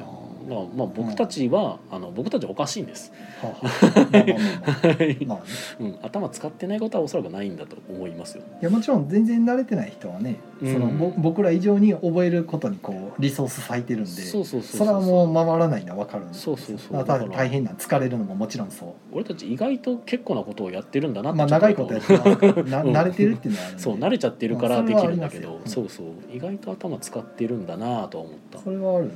S1: まあ、まあ僕たちは、あの僕たちはおかしいんです、
S2: はあはあまあまあまあまあね
S1: うん、頭使ってないことはおそらくないんだと思いますよ。
S2: いやもちろん全然慣れてない人はね、
S1: うん
S2: そのぼ僕ら以上に覚えることにこうリソース割いてるんで
S1: そうそうそう
S2: れはもう回らないのは分かるんです
S1: そうそうそう
S2: あとは大変な疲れるのももちろんそう
S1: 俺たち意外と結構なことをやってるんだなって
S2: まあ長いことやってますからな
S1: うん
S2: 慣れてるっていうのはあるんで
S1: そう慣れちゃってるから
S2: まあ
S1: で
S2: それは
S1: きるんだけ
S2: あり
S1: ど
S2: ます
S1: そ
S2: よ
S1: うそう意外と頭使ってるんだなとは思った
S2: それはある、
S1: うん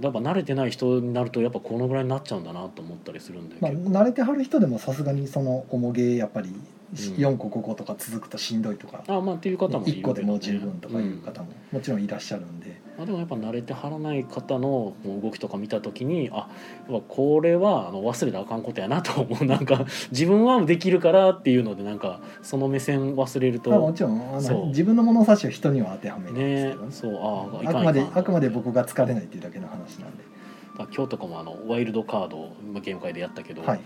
S1: だから慣れてない人になるとやっぱこのぐらいになっちゃうんだなと思ったりするんだ
S2: まあ、
S1: けど
S2: 慣れてはる人でもさすがにその重げやっぱり
S1: うん
S2: 4個5個とか続くとしんどいとか、
S1: あまあっていう方もいるけ
S2: 1
S1: ど
S2: 個
S1: ね
S2: でも十分とかいう
S1: うん
S2: 方ももちろんいらっしゃるんで、
S1: まあでもやっぱ慣れてはらない方の動きとか見た時にあやっぱこれはあの忘れたらあかんことやなと思うなんか [LAUGHS] 自分はできるからっていうのでなんかその目線忘れる
S2: まあ、も
S1: と
S2: ちろんあ
S1: そう
S2: の自分の物差しを人には当てはめるんですけ
S1: ね
S2: どね
S1: そうああい
S2: あ
S1: かん
S2: くま
S1: い
S2: で
S1: かん
S2: あくまで僕が疲れないっていうだけの話なんで、
S1: まあ今日とかもあのワイルドカードをまあゲーム会でやったけど、
S2: はい、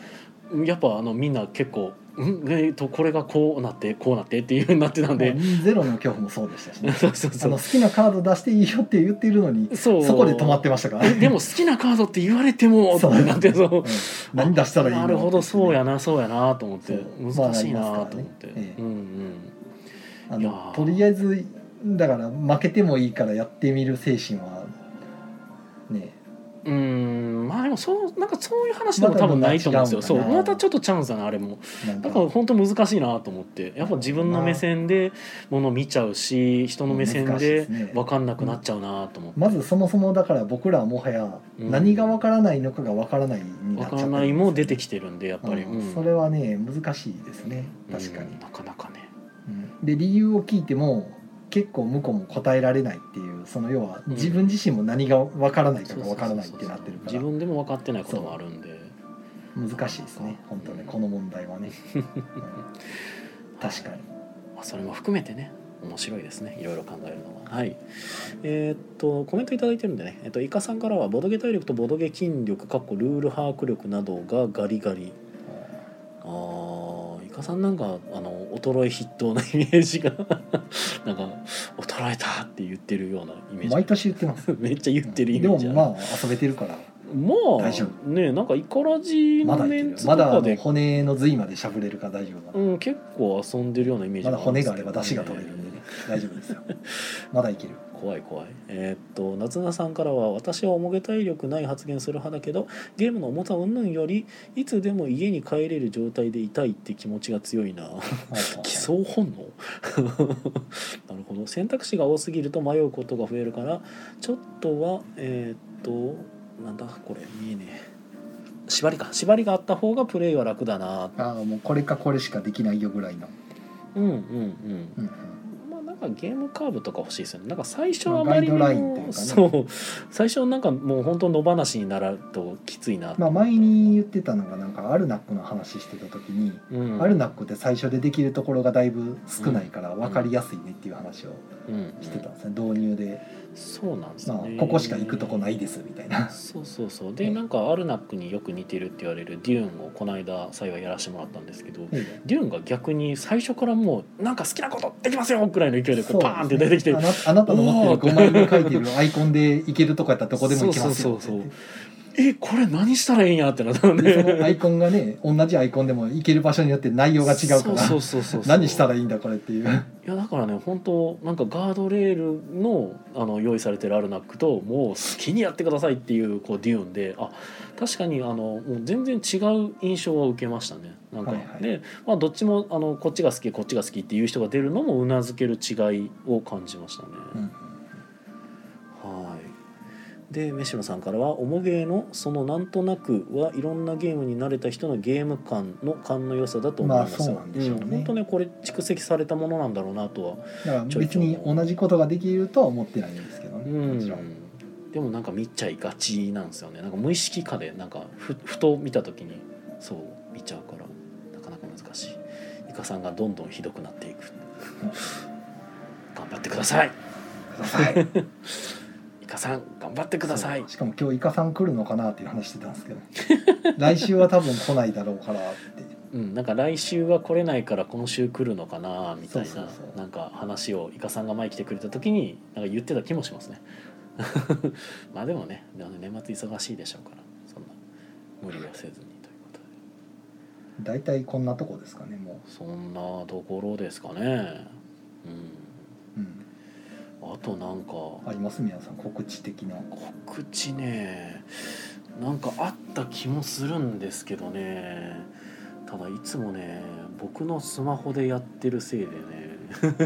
S1: やっぱあのみんな結構「んえーとこれがこうなってこうなって」っていうようになってたんで、
S2: ゼロの恐怖もそうでしたし
S1: [LAUGHS]
S2: ね
S1: そうそう
S2: あ
S1: そ
S2: の
S1: う
S2: 好きなカード出していいよって言ってるのに
S1: そう
S2: そこで止まってましたから、
S1: えでも好きなカードって言われても
S2: [LAUGHS] そう
S1: ってなってそう
S2: うん何出したらいいの
S1: なるほどそうやなそうやなと思って
S2: そう
S1: 難しいなと思っ
S2: まあなりますか
S1: て、
S2: らねええ
S1: うんうん
S2: あ
S1: いや
S2: の
S1: ー
S2: とりあえずだから負けてもいいからやってみる精神はね
S1: うーんまあでもそうなんかそういう話でも
S2: まだ
S1: 多
S2: まだ
S1: 分ないと思うんですよ、
S2: 違
S1: そううん
S2: だな
S1: またちょっとチャンスだなあれも
S2: なんか
S1: だから本当難しいなと思ってやっぱ自分の目線でもの見ちゃうし人の目線
S2: 難しいで
S1: です
S2: ね
S1: 分かんなくなっちゃうなと思って、
S2: まずそもそもだから僕らはもはや
S1: うん
S2: 何がわからないのかがわからないに
S1: 分
S2: なっちゃ
S1: か
S2: っ
S1: ら
S2: て
S1: ないも出てきてるんでやっぱり、
S2: うん
S1: うん
S2: それはね難しいですね確かに
S1: うん、なかなかね
S2: で理由を聞いても結構向こうも答えられないっていうその要は
S1: うん
S2: 自分自身も何がわからないかがわからないってなってるか
S1: 自
S2: ら
S1: 分でも分かってないこともあるんで
S2: 難しいですね本当ねこの問
S1: [LAUGHS]
S2: 題はね、うん確かに
S1: まあ、それも含めてね面白いですねいろいろ考えるのははいえーっとコメント頂いただいてるんでね、えっと、イカさんからはボドゲ体力とボドゲ筋力かっこルール把握力などがガリガリあーイカさんなんかあの衰え筆頭なイメージが [LAUGHS] なんか衰えたって言ってるようなイメー
S2: 毎
S1: ジ
S2: 年言ってます
S1: [LAUGHS] めっちゃ言ってるイメ
S2: で
S1: ー
S2: も
S1: ジある
S2: まあ遊べてるから
S1: まあ
S2: 大丈
S1: ねなんかイカラジ
S2: ま
S1: の
S2: だ
S1: メ
S2: 言
S1: ン
S2: って
S1: ツ
S2: る
S1: と
S2: まだあ
S1: か
S2: の
S1: で、
S2: 骨の髄までしゃぶれるから大丈夫な
S1: うん、結構遊んでるようなイメージ
S2: まだ
S1: もるん
S2: 骨
S1: です
S2: があ
S1: け
S2: れ
S1: ど
S2: ば出汁が取れるんでね大丈夫ですよまだいけ
S1: [LAUGHS]
S2: る
S1: 怖い怖いえーっと夏菜さんからは「私は重げ体力ない発言する派だけどゲームの重さ云々よりいつでも家に帰れる状態でいたいって気持ちが強いな」 [LAUGHS] 奇想本能 [LAUGHS] なるほど選択肢が多すぎると迷うことが増えるからちょっとはえーっとなんだこれ見えねえ縛りか縛りがあった方がプレイは楽だな
S2: ああもうこれかこれしかできないよぐらいの、
S1: うんうんうん
S2: うんうん
S1: まあなんかかゲームカーブとか欲しいですよねなんか最初はあまりに
S2: まあガイドラインという
S1: も
S2: かね
S1: そう最初なんかもう本当野放しにならるときついな、
S2: まあ、前に言ってたのがなんかアルナックの話してた時に、
S1: うん
S2: アルナックって最初でできるところがだいぶ少ないから分かりやすいねっていう話を
S1: うんうん
S2: してたんですね導入で、
S1: そうなんですね、
S2: まあ、ここしか行くとこないですみたいな。
S1: そうそうそうで
S2: ね
S1: なんかアルナックによく似てるって言われるデューンをこの間幸いやらせてもらったんですけどデューンが逆に最初からもうなんか好きなことできますよくらいの勢いでこうパーンって出てきて
S2: そうですねあなあなたの持ってる5枚に書いてるアイコンで行けるとこやったらどこでも行けますよって
S1: そうそう
S2: 言っ
S1: そう
S2: て
S1: えこれ何したらええんやってなったの
S2: でそのア
S1: で
S2: イコンがね同じアイコンでも行ける場所によって内容が違うから
S1: そうそうそうそう
S2: 何したら
S1: い
S2: いいんだこれっていう
S1: やだからね本当なんかガードレールのあの用意されてるアルナックともう好きにやってくださいっていうこうデューンであ確かにあのもう全然違う印象は受けましたねなんか、
S2: はいはい
S1: で、まあ、どっちもあのこっちが好きこっちが好きっていう人が出るのもうなずける違いを感じましたね、はい。で、メシノさんからは、おもげーのそのなんとなくはいろんなゲームに慣れた人のゲーム感の勘の良さだと思います。
S2: まあそうなんでしょうね
S1: 本当ね、これ蓄積されたものなんだろうなとは。
S2: だから別に同じことができるとは思ってないんですけどねもちろん
S1: でもなんか見ちゃいがちなんですよね。なんか無意識化で、なんかふふと見たときに、そう見ちゃうから、なかなか難しい。イカさんがどんどんひどくなっていく。頑張ってください。
S2: ください
S1: イカさん、頑張ってください
S2: そう。しかも今日イカさん来るのかなっていう話してたんですけど [LAUGHS] 来週は多分来ないだろうからって
S1: うん、なんか来週は来れないから今週来るのかなみたいな
S2: そうそうそう
S1: なんか話をイカさんが前来てくれた時になんか言ってた気もしますね [LAUGHS] まあでもねでもね年末忙しいでしょうからそんな無理はせずにということで
S2: 大体こんなとこですかねも
S1: そんなところですかねう
S2: う、うん、
S1: んあとなんか
S2: あります皆さん告知的な
S1: 告知ねなんかあった気もするんですけどねただいつもね僕のスマホでやってるせいでね [LAUGHS]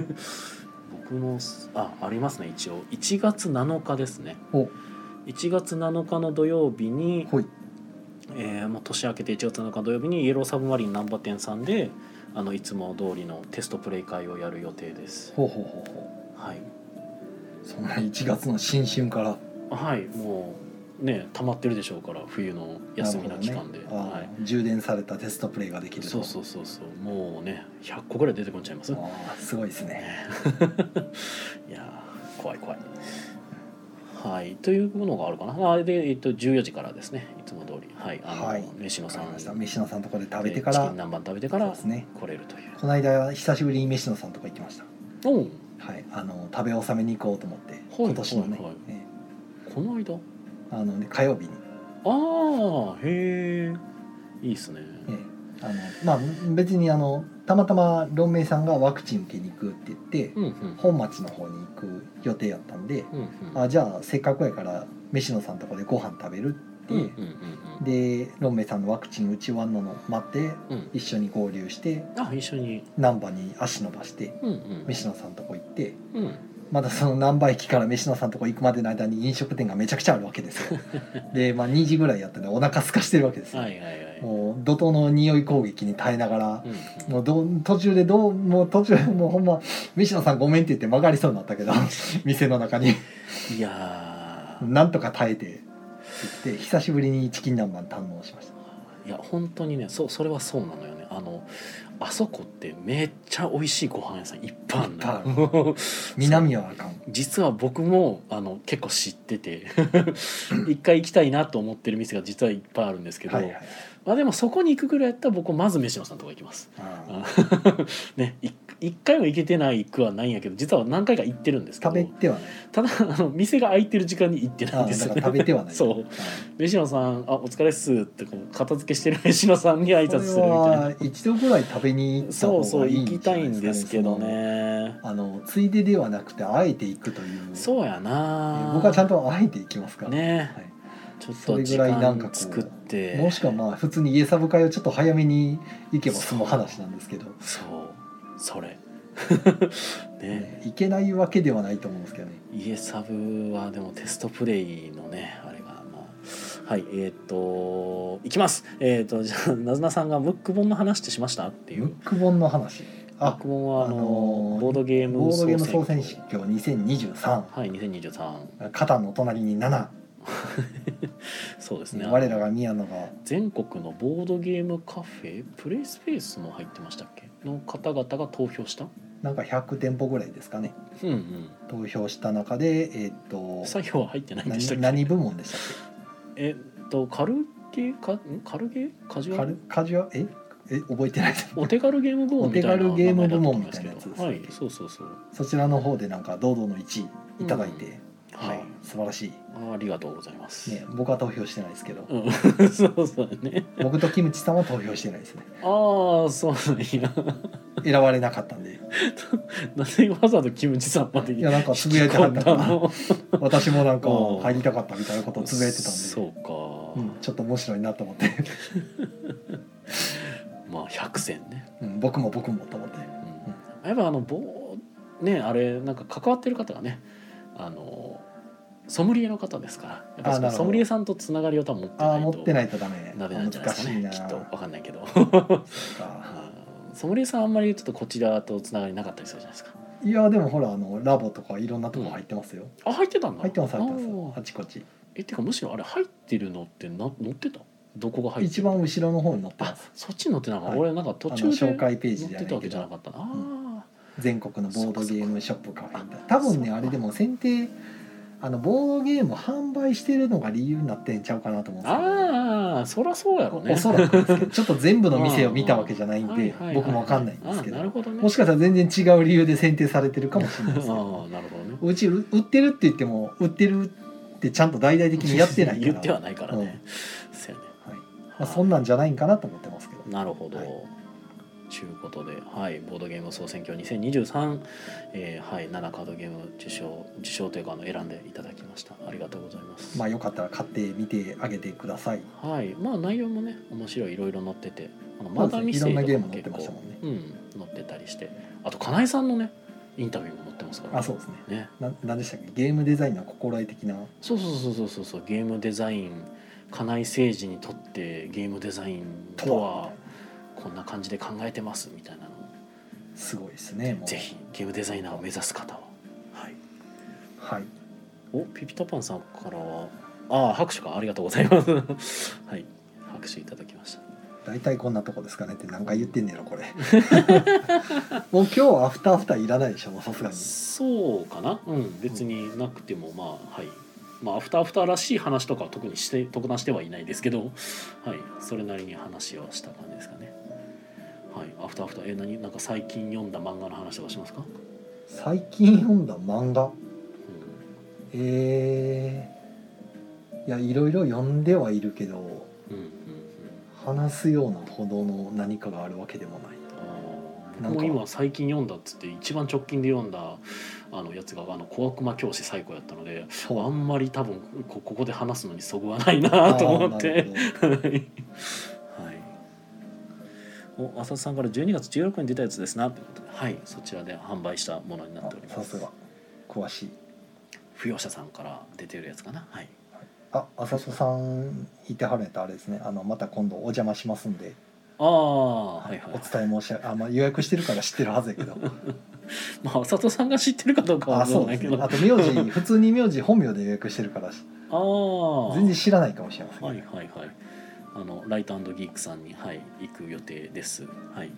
S1: 僕のすあありますね一応1月7日ですね
S2: お
S1: 1月7日の土曜日に、
S2: ほい
S1: えーもう年明けて1月7日の土曜日にイエローサブマリン難波店さんであのいつも通りのテストプレイ会をやる予定です
S2: ほうほうほうほう
S1: はい
S2: そんな1月の新春から
S1: はいもうね溜まってるでしょうから冬の休みの期間で、
S2: なるほどねああ
S1: はい
S2: 充電されたテストプレイができると
S1: そうそうそうそうもうね100個ぐらい出てこんちゃいますね
S2: ああすごいですね
S1: [LAUGHS] いやー怖い怖いはいというものがあるかなあで、えっと、14時からですねいつも通りはいあの、
S2: はい
S1: 飯野
S2: わ
S1: さ
S2: かりました
S1: ん
S2: 飯野さんとこで食べて
S1: で
S2: か
S1: チキン
S2: ら
S1: 南蛮食べてから
S2: そうですね
S1: 来れるという
S2: この間久しぶりに飯野さんとこ行きました
S1: おう
S2: はいあの食べ納めに行こうと思って、今年のね、
S1: はい
S2: え
S1: この間
S2: えあのね火曜日に、
S1: ああへえいいっすね
S2: ええあのまあ別にあのたまたま論明さんがワクチン受けに行くって言って、
S1: うんうん
S2: 本町の方に行く予定やったんで、
S1: うんうん
S2: あじゃあせっかくやから飯野さんとこでご飯食べるって、
S1: うんうんうんうん
S2: でロンメイさんのワクチン打ち終わんのの待って
S1: うん
S2: 一緒に合流して
S1: あ一緒に
S2: 難波に足伸ばして
S1: うんうん
S2: 飯野さんとこ行って
S1: うん
S2: まだその難波駅から飯野さんとこ行くまでの間に飲食店がめちゃくちゃあるわけで
S1: [LAUGHS]
S2: すよで、まあ、2時ぐらいやったんでお腹空かしてるわけですよ、
S1: はいはいはい
S2: もう怒涛の匂い攻撃に耐えながら
S1: うんうん
S2: もうどう途中でどうもう途中もうほんま飯野さんごめんって言って曲がりそうになったけど [LAUGHS] 店の中に
S1: いやー
S2: なんとか耐えて行って久しぶりにチキン南蛮堪能しました
S1: いや本当にねそうそれはそうなのよねあのあそこってめっちゃ美味しいご飯屋さんいっぱいある
S2: い
S1: のよ
S2: 南はあかん
S1: 実は僕もあの結構知って [LAUGHS] て一回行きたいなと思ってる店が実はいっぱいあるんですけど、
S2: はいはい
S1: まあ、でもそこに行くぐらいやったら僕まず飯野さんのとこ行きます
S2: あー
S1: [LAUGHS] ねい一回も行けてないくはないんやけど実は何回か行ってるんですけ
S2: 食
S1: ど
S2: べてはない
S1: ただあの店が開いてる時間に行ってな
S2: あ
S1: いんで
S2: ー
S1: すよ
S2: だか
S1: ね
S2: ら食べてはない
S1: そう飯野さん「あお疲れっす」ってこう片付けしてる飯野さんに挨
S2: 挨
S1: 拶
S2: 拶
S1: す
S2: す
S1: る
S2: る
S1: みたい
S2: みたい
S1: な
S2: な一度ぐらい食べに行った
S1: そう
S2: 方
S1: そ
S2: が
S1: う
S2: いい
S1: 行きたいんですけどね
S2: そのあのついでではなくてあえて行くという
S1: そうやな
S2: 僕はちゃんとあえて行きますから、
S1: ね
S2: はい
S1: ちょっ
S2: そ
S1: と
S2: れ
S1: 時
S2: ぐらいなんか
S1: 間
S2: こう
S1: 作って
S2: もしくはまあ普通に家サブ会をちょっと早めに行けば済む話なんですけど、
S1: そうそれ [LAUGHS] ね
S2: ね、行けないわけではないと思うんですけどね
S1: 家サブはでもテストプレイのねあれがまあはいえっ、といきますえっ、とじゃあなずなさんがムック本の話ってしましたってい
S2: ム
S1: う
S2: ック本の話あ
S1: 僕もあの
S2: あのー
S1: ボードゲーム
S2: ボードゲーム
S1: 総
S2: 総
S1: 選
S2: 選
S1: 挙
S2: 挙2023
S1: はい2023
S2: 肩の隣に7、
S1: そうですね
S2: 我らが宮野が
S1: 全国のボードゲームカフェプレイスペースも入ってましたっけの方々が投票した
S2: なんか100店舗ぐらいですかね
S1: うん
S2: 投票した中でえーっ
S1: う
S2: と
S1: ん作業は入ってないんでしたっけ
S2: 何何部門でしたっ
S1: えっと軽系かん軽ゲーカジュ
S2: けカ
S1: ア
S2: ル
S1: ル
S2: カジュアええ覚えてないです
S1: お手軽ゲーム部門みたいな
S2: お手軽ゲーム部門みたいな
S1: 名前だ
S2: や
S1: と
S2: つ
S1: 思
S2: で
S1: うん
S2: す
S1: す
S2: ね
S1: はいそうそうそう
S2: そちらの方でなんか堂々の1位いただいて、
S1: は
S2: はいい、素晴らし
S1: ありがとうございます、
S2: い、ね、僕は投票してないですけど
S1: うん [LAUGHS] そうそうね
S2: 僕とキムチさんは投票してないですね
S1: ああそうなんや
S2: 選ばれなかったんで
S1: なんでわざとキムチさんまで
S2: いやなんかつぶやいて
S1: た
S2: なかったな私もなんか
S1: うん
S2: 入りたかったみたいなことをつぶやいてたんで
S1: そうか、
S2: うん、ちょっと面白いなと思って、 [LAUGHS]
S1: まあ100選ね、
S2: うん、僕も僕もと思って
S1: うんやっぱあのぼねあれなんか関わってる方がねあのソムリエの方ですからやっぱ
S2: あ
S1: そ
S2: ーな
S1: の
S2: るほど
S1: ソムリエさんとつながりを多分持って
S2: あ
S1: な
S2: あ
S1: い
S2: 持
S1: と
S2: ってないとダメ
S1: ダメなんじゃない
S2: 難
S1: ですか
S2: しい
S1: ね
S2: な
S1: きっとわかんないけど
S2: [LAUGHS] か
S1: ソムリエさんあんまりちょっとこちらとつながりなかったりするじゃないですか
S2: いやでもほらあのラボとかいろんなとこ入ってますよ、
S1: あ入ってたんだ
S2: 入ってます入って
S1: あ
S2: ま
S1: ー
S2: すあちこち
S1: えてかむしろあれ入ってるのってな載ってたどこが入ってる
S2: 一番後ろの方に載ってま
S1: あ
S2: す
S1: そっちに載ってなかった、
S2: はい
S1: 俺なんか途
S2: あ
S1: 中
S2: の
S1: で
S2: 紹介ページ
S1: 載
S2: じ
S1: っ
S2: ゃ
S1: て
S2: ない
S1: たわ
S2: け
S1: けじゃな
S2: ど
S1: かったな、
S2: う
S1: あ
S2: 全国のボードゲームショップカフェみたいな多
S1: そ
S2: 分
S1: っ
S2: ね
S1: か
S2: あれでも選定あのボードゲームを販売してるのが理由になってんちゃうかなと思うんですけど
S1: ああそらそうやろね
S2: おそらくですけどちょ [LAUGHS] っと全部の店を見たわけじゃないんで僕もわかんないんですけ
S1: あーな
S2: ど
S1: るほどね
S2: もしかしたら全然違う理由で選定されてるかもしれないですけ
S1: あ
S2: ど
S1: あなるほどね
S2: うち売ってるって言っても売ってるってちゃんと大々的にやって [LAUGHS] ないから
S1: 言ってはないから
S2: うん
S1: ね、そうやね
S2: はいまあ、そんなんじゃないんかなと思ってますけど
S1: なるほど、
S2: はい
S1: ちゅうことで、はい、ボードゲーム総選挙2023、えーはい、7カードゲーム受賞受賞というかあの選んでいただきましたありがとうございます、
S2: まあよかったら買ってみてあげてください
S1: はいまあ内容もね面白いいろいろ載っててあの
S2: そ
S1: マ
S2: う
S1: ーダ
S2: です
S1: ー
S2: ね
S1: ミ
S2: い
S1: ス
S2: ろ
S1: テ
S2: ん
S1: リ
S2: な
S1: ー
S2: ゲー
S1: と
S2: ム
S1: かも結構
S2: 載ってましたもんね
S1: うん、載ってたりしてあと金井さんのねインタビューも載ってますから
S2: あそうですね
S1: ね
S2: ななんでしたっけゲームデザインの心得的な
S1: そうそうそうそうそうそうゲームデザイン金井誠司にとってゲームデザインとはこんな感じで考えてますみたいなのを
S2: すごいですねもう
S1: ぜひゲームデザイナーを目指す方は、はい、
S2: はい
S1: おピピタパンさんからはああ拍手かありがとうございます [LAUGHS] はい拍手いただきました
S2: 大体こんなとこですかねって何回言ってんねやろこれ [LAUGHS] もう今日はアフターアフターいらないでしょもうさすがに
S1: そうかなうん別になくてもまあはいまあアフターアフターらしい話とかは特にして特段してはいないですけどはいそれなりに話はした感じですかねはいアフターアフターえ何なんか最近読んだ漫画の話とかしますか、
S2: 最近読んだ漫画
S1: う
S2: えー、いやいろいろ読んではいるけど
S1: ん、うんうん
S2: 話すようなほどの何かがあるわけでもない
S1: うん
S2: な
S1: あー
S2: んか
S1: 僕も今最近読んだっつって一番直近で読んだあのやつがあの小悪魔教師最高やったので
S2: そう
S1: あんまり多分こここで話すのにそぐわないなと思っ
S2: あーな
S1: て
S2: るほど
S1: はい。お、浅田さんから12月16日に出たやつですなってことで、はい、そちらで販売したものになっており
S2: あさ
S1: ます
S2: す。が詳しい
S1: 不要者さんから出てるやつかな。はい。
S2: あ浅田さんいてはるんやったらあれですねあのまた今度お邪魔しますんで
S1: ああ、はいはい。
S2: お伝え申し上げあ、まあ、予約してるから知ってるはずやけど
S1: まあ、浅田さんが知ってるかどうかは
S2: あ
S1: わか
S2: そ
S1: ん
S2: う
S1: ない
S2: です
S1: け
S2: ね
S1: ど。あ
S2: あと名字普通に名字本名で予約して
S1: [LAUGHS]
S2: るからし
S1: あー。
S2: 全然知らないかもしれませんけど、
S1: はいはいはい。あのライトギークさんにはい行く予定です。はい。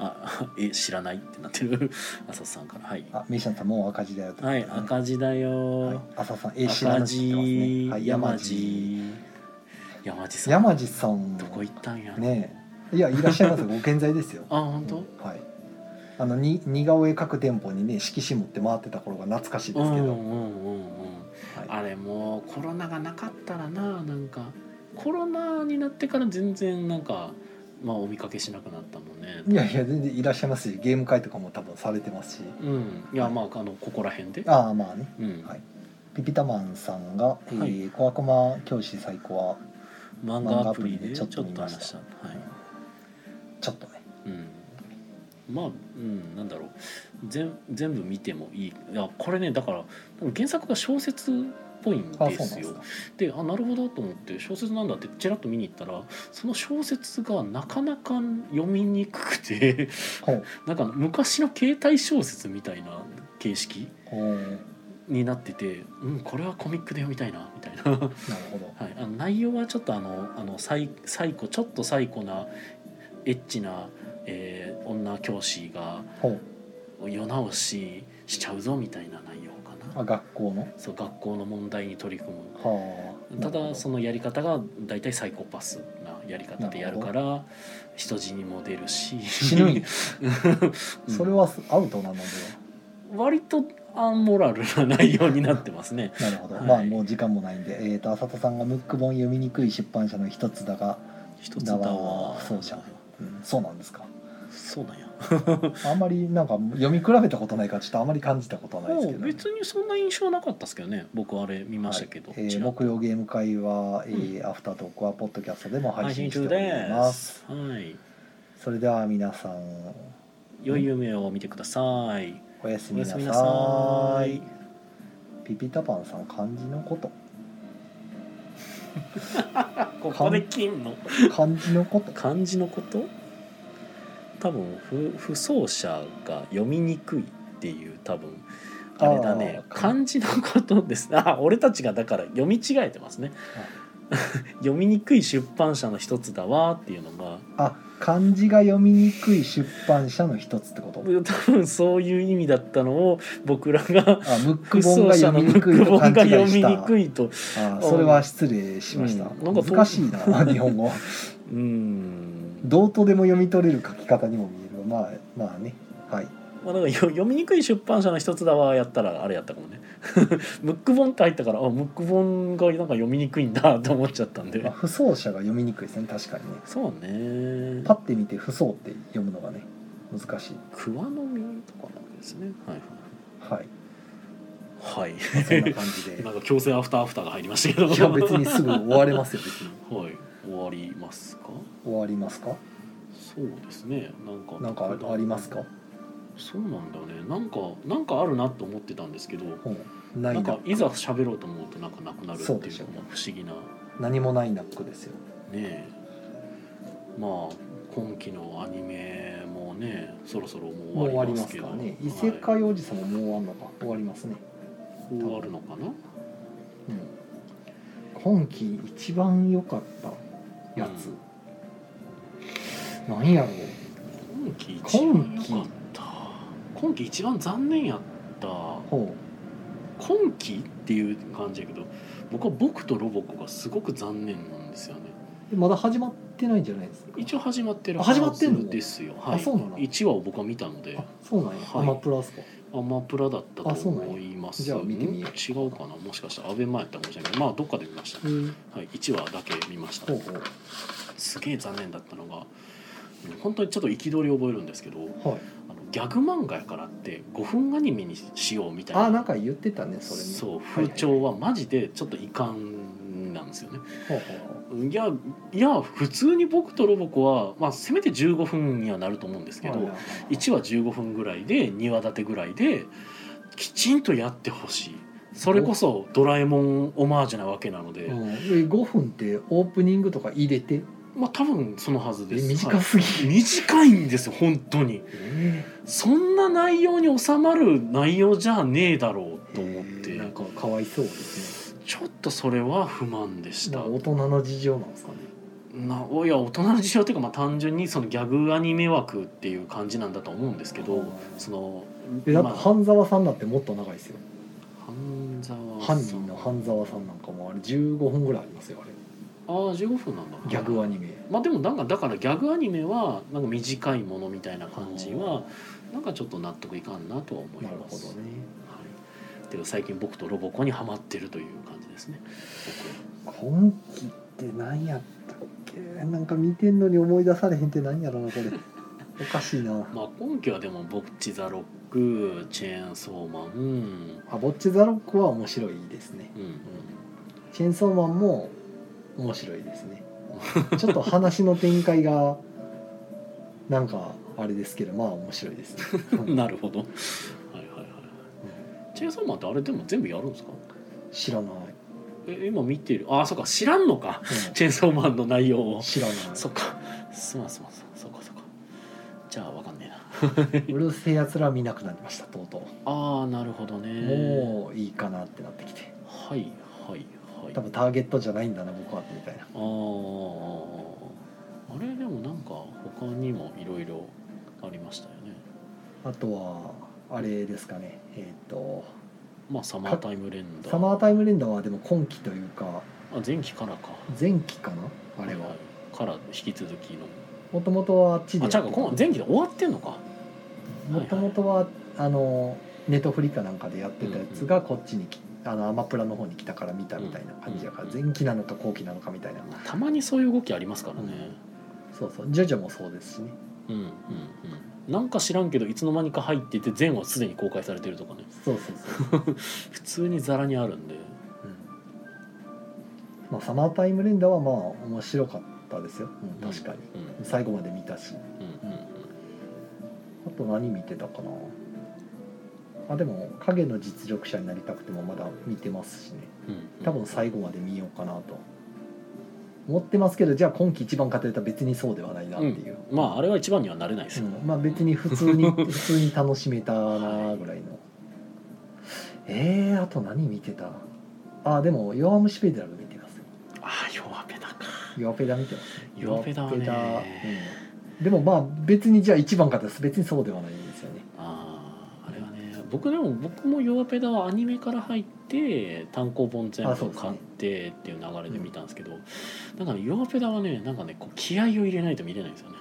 S1: あ、 [LAUGHS] え知らないってなってる [LAUGHS] 浅田さんからはい。
S2: あメイシャンさんもう赤字だよってこと
S1: は
S2: で
S1: い
S2: すね
S1: 赤字だよ
S2: はい、浅田さんえ知らな
S1: 赤
S2: いって言ってます
S1: 字
S2: ね、はい、
S1: 山
S2: 山
S1: 地
S2: 地
S1: 山地さん
S2: 山地さん
S1: どこ行ったんやろ
S2: ねえいやいらっしゃいますよご健在ですよ
S1: あ本当、
S2: はいあのに似顔絵各店舗にね色紙持って回ってた頃が懐かしいで
S1: うん
S2: すけ
S1: う
S2: ど、
S1: んうんうん
S2: はい、
S1: あれもうコロナがなかったらななんかコロナになってから全然なんかまあお見かけしなくなったもんね
S2: いやいや全然いらっしゃいますしゲーム会とかも多分されてますし
S1: うんいやまああのここら辺で
S2: ああまあね
S1: うん、
S2: はいピピタマンさんが「え
S1: は
S2: ー、小悪魔教師最高は
S1: 漫画アプリでちょっと話したはい、
S2: ちょっとね
S1: うんまあうんなんだろう全全部見てもいいいやこれねだから多分原作が小説っぽいん
S2: あそうなん
S1: で
S2: ですす
S1: よ
S2: か
S1: であなるほどと思って小説なんだってちらっと見に行ったらその小説がなかなか読みにくくて [LAUGHS]
S2: ほう
S1: なんか昔の携帯小説みたいな形式
S2: ほうなる
S1: になってて、うん、これはコミックで読みたいなみたいな、
S2: ほど
S1: はい、あの内容はちょっとあのあのサイサイコちょっとサイコなエッチな、えー女教師が
S2: ほう
S1: 世直ししちゃうぞみたいな内容かな
S2: あ学校の
S1: そう学校の問題に取り組む
S2: はあ
S1: た
S2: なるほ
S1: だ
S2: ど
S1: そのやり方が大体サイコパスなやり方でやるから人死にも出るし
S2: 死ぬんや
S1: [LAUGHS] うん
S2: それはすアウトなのでは
S1: 割とアンモラルな内容になってますね
S2: なるほど、
S1: はい
S2: まあもう時間もないんで、えー、と浅田さんがムック本読みにくい出版社の一つだが、
S1: 一つだわ
S2: そうじゃんうん、そうなんですか
S1: そうなんや
S2: あんまりなんか読み比べたことないからちょっとあんまり感じたことはないですけど、
S1: 別にそんな印象なかったですけどね僕あれ見ましたけど、
S2: はいえー
S1: ちらっと
S2: 木曜ゲーム会は、えーアフタートークはポッドキャストでも配
S1: 配
S2: 信
S1: 信
S2: して
S1: 中
S2: おり
S1: で
S2: ます
S1: すはい
S2: それでは皆さん
S1: 良い夢を見てください
S2: おやす
S1: お
S2: み
S1: やす
S2: なさ
S1: み
S2: い
S1: なさい
S2: ピピタパンさん漢字のこと
S1: ここで金の
S2: 漢字のこと
S1: 漢字のこと多分不不走者が読みにくいっていう多分あれだね
S2: あー
S1: 漢字のことですあ俺たちがだから読み違えてますね [LAUGHS] 読みにくい出版社の一つだわっていうのが
S2: あ漢字が読みにくい出版社の一つってこと
S1: 多分そういう意味だったのを僕らが
S2: あムッ
S1: 不
S2: ク
S1: 走
S2: 本が
S1: 者
S2: 読
S1: の
S2: み
S1: ム
S2: に
S1: ッ
S2: [LAUGHS] くい
S1: ク
S2: と
S1: 本
S2: 勘
S1: が
S2: 違
S1: 読
S2: いし
S1: みに
S2: た
S1: くいと
S2: あそれは失礼しました、
S1: うんなんかと
S2: 難しいな [LAUGHS] 日本語
S1: うん
S2: どうとでも読み取れる書き方にも見えるまあまあねはい
S1: まあ、だからよ読みにくい出版社の一つだわやったらあれやったかもね [LAUGHS] ムック本って入ったからあムック本がなんか読みにくいんだと思っちゃったん
S2: まあ
S1: で
S2: 不走者が読みにくいですね確かにね
S1: そうね
S2: パッて見て不走って読むのがね難しい
S1: 桑の実とかなんですねはいは
S2: はい
S1: い、
S2: まあそんな
S1: は
S2: 感
S1: [LAUGHS]
S2: じ [LAUGHS]
S1: い、
S2: で
S1: なんか強制アフターアフターが入りましたけど
S2: いや
S1: [LAUGHS]
S2: 別にすぐ終われますよ別に
S1: はい終わりますか
S2: 終わりますか
S1: そうですねなんか
S2: なんかありますか、
S1: そうなんだよねなんかなんかあるなと思ってたんですけど
S2: うん、な
S1: ないん
S2: な
S1: かいざ喋ろうと思うとなんかなくなるってい
S2: そううでしょう
S1: のが不思議な
S2: 何もないナックですよ
S1: ねえまあ今期のアニメもねそろそろも
S2: もう
S1: う終
S2: 終
S1: わ
S2: わ
S1: り
S2: り
S1: ま
S2: ますす
S1: け
S2: か
S1: ど
S2: らね異世
S1: はい
S2: 界おじさんももう終わんのか終わりますね
S1: 終わるのかな
S2: うん今期一番良かったやつ、なんやろう
S1: 今期一番良かった今期一番残念やった
S2: ほ
S1: 今期っていう感じやけど僕は「僕とロボコ」がすごく残念なんですよね
S2: うまだ始まってないんじゃないですか
S1: 一応始まってる
S2: あ始まってんの
S1: はずですよ、はい、
S2: あそうなの
S1: 1話を僕は見たので
S2: あそうなんや、
S1: はい
S2: アマプラっすか
S1: アマプラだったと
S2: あそうなんや
S1: 思います
S2: じゃあ見てみようん
S1: 違うかなもしかしたらアベマやったかもしれないけどまあどっかで見ました
S2: うん
S1: はい、1話だけ見ました
S2: ほう
S1: すげえ残念だったのが本当にちょっと憤りを覚えるんですけど
S2: ほうはい
S1: あのギャグ漫画やからって5分アニメにしようみたいな
S2: あなんか言ってたねそれね
S1: そう
S2: はい
S1: 風
S2: はい
S1: 潮はマジでちょっと遺憾なんですよね、
S2: ほうほうほう
S1: いやいや普通に僕とロボコは、まあ、せめて15分にはなると思うんですけど、
S2: はいはいはい
S1: 1話15分ぐらいで2話立てぐらいできちんとやってほしいそれこそ「ドラえもん」オマージュなわけなので、
S2: うん、5分ってオープニングとか入れて
S1: まあ多分そのはず
S2: え
S1: です
S2: 短すぎ、
S1: 短いんですよ本当に
S2: え
S1: そんな内容に収まる内容じゃねえだろう
S2: ー
S1: と思って、
S2: なんかかわいそうですね
S1: ちょっとそれは不満でした
S2: なんか大人の事情なんですかね
S1: なおいや大人の事情というか、まあ、単純にそのギャグアニメ枠っていう感じなんだと思うんですけど、
S2: うん
S1: その
S2: えだって
S1: まあ
S2: 半沢さんだってもっと長いですよ
S1: 半沢さん
S2: 犯人の半沢さんなんかもあれ15分ぐらいありますよあれ
S1: ああ15分なんだ
S2: ギャグアニメ
S1: まあでもなんかだからギャグアニメはなんか短いものみたいな感じはなんかちょっと納得いかんなとは思い
S2: なる
S1: ま
S2: ほ
S1: す
S2: どね
S1: はい、で最近僕とロボコにはまってるという感じですね
S2: 今期って何やったっけなんか見てんのに思い出されへんって何や
S1: [LAUGHS]
S2: ろなこれおかしいな
S1: 僕は、まあ、今期はでも「ボクチ・ザ・ロック」「チェーンソーマン」うん
S2: あボッチザロックは面白いですね
S1: うん
S2: チェーンソーマンも
S1: [LAUGHS]
S2: 面白いですねちょっと話の展開がなんかあれですけどまあ面白いですね
S1: [LAUGHS] なるほどはいはいはいチェーンソーマンってあれでも全部やるんですか
S2: 知らない、
S1: え今見てるあそっか知らんのか
S2: う
S1: チェーンソーマンの内容
S2: ん
S1: を
S2: 知らない
S1: そっかすまんすまんすまんそっかそっかじゃあわかんねえな
S2: うるせえやつら見なくなりましたとうと
S1: ああなるほど
S2: う、
S1: ね
S2: もういいかなってなってきて
S1: はいはいはい
S2: 多分ターゲットじゃないんだな僕はみたい
S1: あ
S2: な
S1: ああれでもなんか他にもいろいろありましたよね
S2: あとはあれですかねえっ、と
S1: まあサマータイム連打
S2: サマータイムレンダーはでも今期というか
S1: あ前期からか
S2: 前期かなあれ
S1: い
S2: はい
S1: から引き続きの
S2: もともとはあっちで
S1: あ
S2: や
S1: 違
S2: っ
S1: う
S2: てた
S1: かこの前期で終わってんのか
S2: もともとはあのネットフリかなんかでやってたやつがこっちにきあのアマプラの方に来たから見たみたいな感じやか
S1: う
S2: ら
S1: ん
S2: 前期なのか後期なのかみたいな
S1: まあたまにそういう動きありますからね
S2: そうそうジョジョもそうですしね
S1: うんうんうんなんか知らんけどいつの間にか入ってて前はすでに公開されてるとかね
S2: そうそうそう、
S1: 普通にザラにあるんで
S2: うんまあ、サマータイムレンダーはまあ面白かったですよ、うん確かに
S1: うん
S2: 最後まで見たし
S1: うんうんうん
S2: あと何見てたかなあでも影の実力者になりたくてもまだ見てますしね
S1: うんうん
S2: 多分最後まで見ようかなと思ってますけどじゃあ今期一番かというと別にそうではないなっていう、
S1: まああれは一番にはなれないですよ、
S2: うんまあ別に普通 [LAUGHS] に普通に楽しめたなぐらいの、えー、あと何見てたあでも「弱虫ペダル」見てますよ
S1: ああ弱ペダか
S2: 弱ペダ見てます
S1: 弱ペダは
S2: 弱ペダ
S1: ね
S2: うんでもまあ別にじゃあ一番かというと別にそうではないんですよね
S1: あああれはね僕でも僕も弱ペダはアニメから入って単行本全
S2: あそう
S1: 部
S2: ですね
S1: 買ってっていう流れで見たんですけどなんかね弱ペダはねなんかねこう気合を入れないと見れないんですよね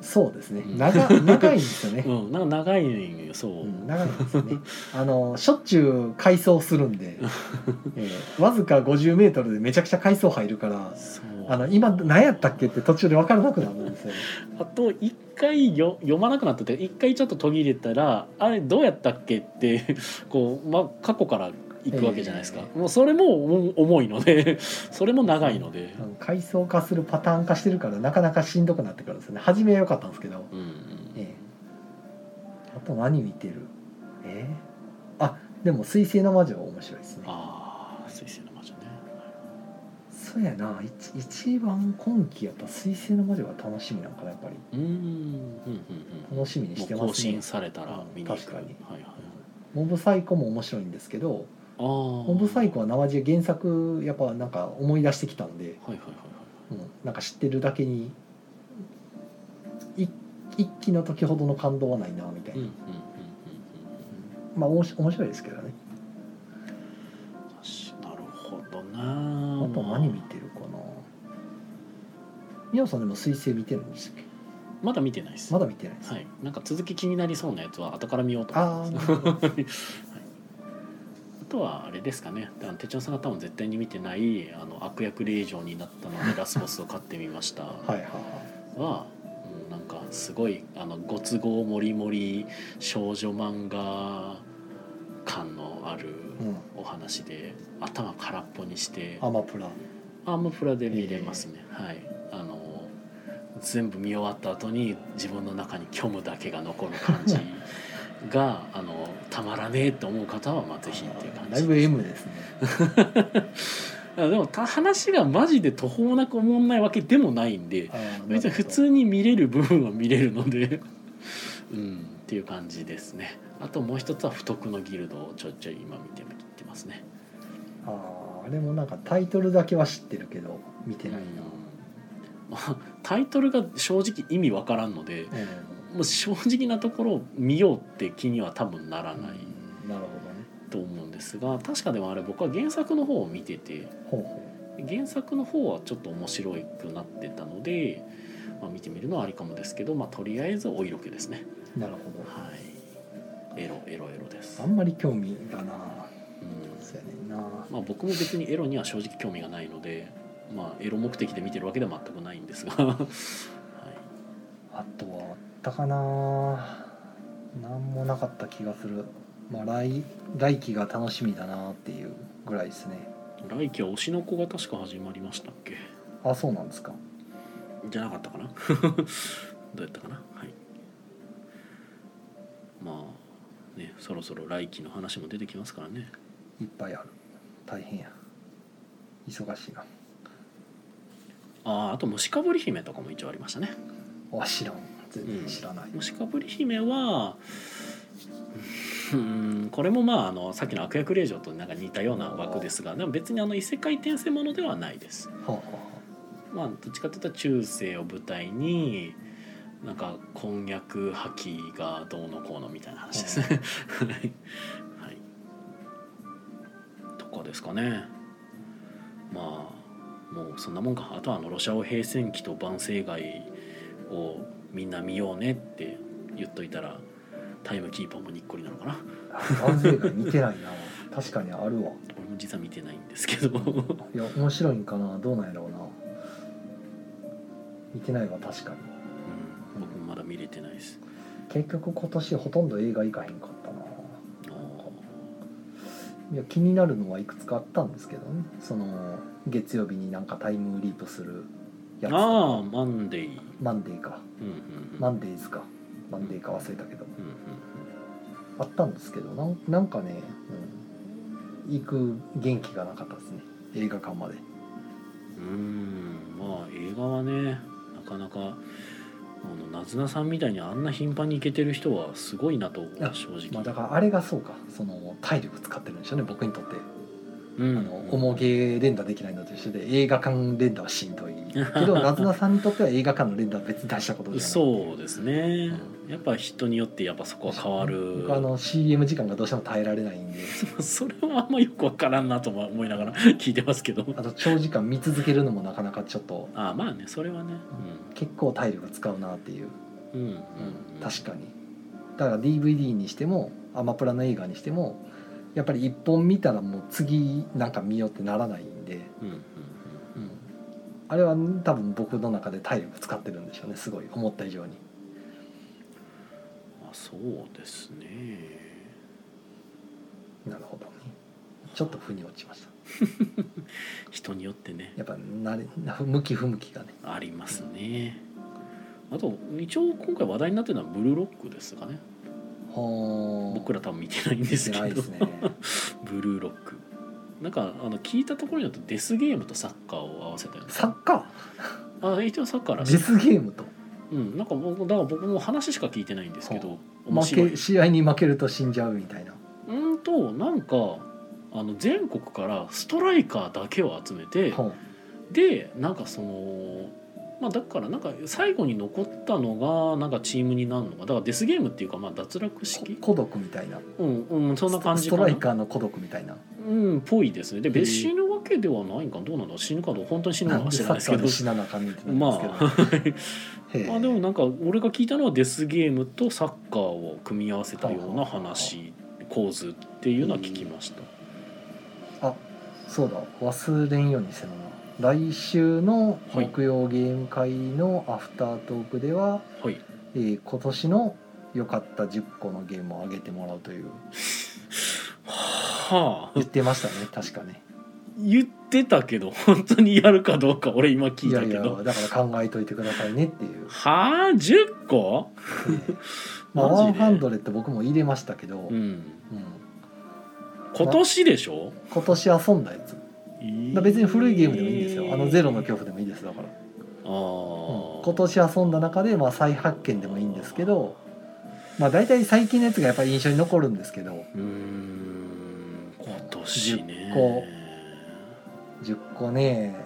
S2: そうですね
S1: うん
S2: 長長いんですよね、
S1: うんなんか長いのよ [LAUGHS] そう、
S2: うん長いですよねあのしょっちゅう改装するん
S1: [LAUGHS]
S2: で、えーわずか 50m でめちゃくちゃ改装入るから
S1: そう
S2: あの今何やったっけって途中で分からなくなるんですよ、
S1: あと一回よ読まなくなってて一回ちょっと途切れたらあれどうやったっけってこう、 [LAUGHS] まあ、過去から行くわけじゃないですか、
S2: え
S1: もうそれもお重いのでそれも長いので
S2: あ、の改装化するパターン化してるからなかなかしんどくなってくるんですよね初めは良かったんですけど、
S1: うん
S2: えーあと何見てるえーあでも「水星の魔女」は面白いですね
S1: ああ水星の魔女ね
S2: そうやな一一番今期やっぱ「水星の魔女」が楽しみなんかなやっぱり
S1: うーんうんうんうん
S2: 楽しみに
S1: も
S2: して
S1: う
S2: ま
S1: 更
S2: すね
S1: 新されたら見に行く
S2: 確かに
S1: はいはい
S2: モブサイコも面白いんですけど
S1: あー
S2: モブサイコ
S1: は
S2: は生地原作やっぱなんか思い出してきたんで、
S1: いはいはい
S2: うん、なんか知ってるだけにい一期の時ほどの感動はないなみたい
S1: はいうん
S2: な、
S1: うんうんうん
S2: まあおもし面白いですけどね
S1: うんよしなるほど
S2: あ
S1: な
S2: と何見てるかな宮本さんでも「水星」見てるんでしたっけ
S1: まだ見てないです
S2: まだ見てないです、
S1: はい、なんか続き気になりそうなやつは後から見ようと思
S2: あ
S1: ってま
S2: あな
S1: す。
S2: るほど
S1: あとはあれですかね。あの手帳さんが多分絶対に見てないあの悪役令嬢になったのでラスボスを買ってみました。
S2: はいはいはい
S1: は、うん、なんかすごいあのご都合もりもり少女漫画感のある
S2: うん
S1: お話で、頭空っぽにして
S2: アマプラ
S1: アームプラで見れますね、はいあの全部見終わった後に自分の中に虚無だけが残る感じがあのたまらねえと思う方はまあぜひっていう感
S2: だい
S1: じ
S2: ぶ M ですね
S1: あでもた話がマジで途方なく思んないわけでもないんで
S2: あー
S1: 別に普通に見れる部分は見れるので [LAUGHS] うんっていう感じですねあともう一つは不徳のギルドをちょいちょい今見てみてますね
S2: あーあれもなんかタイトルだけは知ってるけど見てないな、
S1: まあ [LAUGHS] タイトルが正直意味わからんので
S2: うん
S1: もう正直なところ見ようって気には多分ならない
S2: なるほどね
S1: と思うんですが確かでもあれ僕は原作の方を見てて
S2: ほうほ
S1: 原作の方はちょっと面白くなってたので、まあ、見てみるのはありかもですけど、まあ、とりあえずお色気ですね
S2: うなるほど
S1: はいエロエロエロです、
S2: あ
S1: うん
S2: んまり興味がなそうやねんな
S1: まあ、僕も別にエロには正直興味がないので、まあ、エロ目的で見てるわけでは全くないんですが、 [LAUGHS] はい、
S2: あとはあったかななんもなかった気がするまあ来来期が楽しみだなっていうぐらいですね
S1: 来期は推しの子が確か始まりましたっけ
S2: あそうなんですか
S1: [LAUGHS] じゃなかったかなどうやったかなはいね、そろそろ来期の話も出てきますからね
S2: いっぱいある大変や忙しいな
S1: あああと「虫かぶり姫」とかも一応ありましたね
S2: あ知らん全然知らな
S1: 「
S2: い、
S1: 虫かぶり姫は」うんこれもまああのさっきの「悪役令嬢」となんか似たような枠ですがでも別にあの異世界転生ものではないです。
S2: はあは
S1: まあ、どっちかというと中世を舞台になんか婚約破棄がどうのこうのみたいな話ですね。 [LAUGHS] はい、はい、とかですかね。まあもうそんなもんかあとはあのロシアを平戦期と万世街をみんな見ようねって言っといたらタイムキーパーもにっこりなのかな
S2: あ万世が見てないな確かにあるわ
S1: 俺も実は見てないんですけど
S2: いや面白いんかなどうなんやろうな見てないわ確かに
S1: うん、僕もまだ見れてないです。
S2: 結局今年ほとんど映画行かへんかったな
S1: あー
S2: いや気になるのはいくつかあったんですけどねその月曜日になんかタイムリープするやつと
S1: あ
S2: か
S1: ーマンデー、
S2: マンデーか
S1: うんうんうん、
S2: マンデーズかマンデーか忘れたけど
S1: うんうん
S2: あったんですけどなんなんかね、うん、行く元気がなかったですね映画館まで
S1: うーんまあ映画はねなかなかあのなずなさんみたいにあんな頻繁に行けてる人はすごいなと
S2: あ
S1: 正直、
S2: まあだからあれがそうかその体力使ってるんでしょうね僕にとって
S1: うん
S2: あの重げ連打できないのと一緒で映画館連打はしんどいけ
S1: [LAUGHS]
S2: どなずなさんにとっては映画館の連打は別に大したことじゃない
S1: そうですね、やっぱ人によってやっぱそこは変わる
S2: 僕あの CM 時間がどうしても耐えられないんで
S1: [LAUGHS] それはあんまよくわからんなとも思いながら [LAUGHS] 聞いてますけど
S2: あと長時間見続けるのもなかなかちょっと
S1: ああまあねそれはね
S2: 結構体力使うなっていう、
S1: うんうんうんうん
S2: 確かにだから DVD にしてもアマプラの映画にしてもやっぱり一本見たらもう次なんか見ようってならないんで、
S1: うんうんうん
S2: あれは多分僕の中で体力使ってるんでしょうねすごい思った以上に
S1: あそうですね
S2: なるほどねちょっと腑に落ちました
S1: 人によってね
S2: やっぱ慣れ [LAUGHS] 向き不向きがね
S1: ありますね。あと一応今回話題になってるのはブルーロックですかね。
S2: ほー
S1: 僕ら多分見てないんですけ
S2: 見てな
S1: ど
S2: いです、ね
S1: ブルーロック。なんかあの聞いたところによるとデスゲームとサッカーを合わせたよう
S2: サッカ
S1: な。あ一応サッカー
S2: ー
S1: らしい
S2: デ。スゲームと
S1: うん。なんか僕だから僕も話しか聞いてないんですけど、面白
S2: 負
S1: い
S2: け。試合に負けると死んじゃうみたいな
S1: うんとなんかあの全国からストライカーだけを集めて。
S2: ほう
S1: でなんかそのまあだからなんか最後に残ったのがなんかチームになるのがだからデスゲームっていうかまあ脱落式
S2: 孤独みたいな
S1: うんうんそんな感じ
S2: スト
S1: か
S2: ラ
S1: な
S2: イカーの孤独みたいな
S1: うんぽいですねで
S2: へえ
S1: 別死ぬわけではないんかどうなんだろう死ぬかどう本当に死ぬ
S2: な
S1: の
S2: ん
S1: か
S2: で
S1: 知ら
S2: サ
S1: ないで
S2: ッ
S1: す
S2: カ
S1: けど
S2: ーで死ななあかんねんってな
S1: ま
S2: るんです
S1: あ
S2: け
S1: [LAUGHS]
S2: ど、へえ
S1: まあでもなんか俺が聞いたのはデスゲームとサッカーを組み合わせたような話構図っていうのは聞きました
S2: あそうだ忘れんようにせなな来週の
S1: はい
S2: 木曜ゲーム会のアフタートークでは、
S1: はい
S2: えー今年の良かった10個のゲームを挙げてもらうという
S1: はあ
S2: 言ってましたね確かね
S1: 言ってたけど本当にやるかどうか俺今 [LAUGHS] 聞いたけど、
S2: やいやだから考えといてくださいねってい
S1: [LAUGHS]
S2: う
S1: はあ10個
S2: えーまあ、ワ
S1: マジ
S2: ン
S1: で
S2: ハンドレット僕も入れましたけど、うん
S1: うん今年でしょ、
S2: 今年遊んだやつだから別に古いゲームでもいいんですよ「あのゼロの恐怖」でもいいですだから、
S1: あー、
S2: 今年遊んだ中で、まあ、再発見でもいいんですけど、まあ、大体最近のやつがやっぱり印象に残るんですけ
S1: う
S2: ど
S1: ーん今年ね
S2: 10個10個ね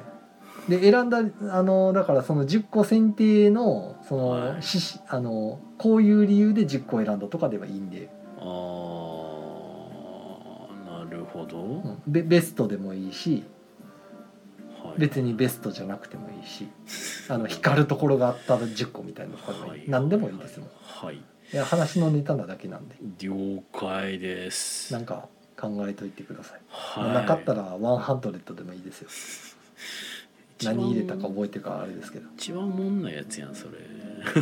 S2: で選んだあのだからその10個選定のその、
S1: はい
S2: ししあのこういう理由で10個選んだとかではいいんで、
S1: ああなるほど、
S2: うんベベストでもいいし
S1: はい
S2: 別にベストじゃなくてもいいしあの光るところがあったら10個みたいなとかでもいい、何でもいいですもん
S1: はい
S2: いや話のネタなだけなんで
S1: 了解です
S2: なんか考えといてください、
S1: はい
S2: なかったらワンハンドレットでもいいですよ
S1: 一番
S2: 何入れたか覚えてるかはあれですけど
S1: 一番おもんないやつやんそれ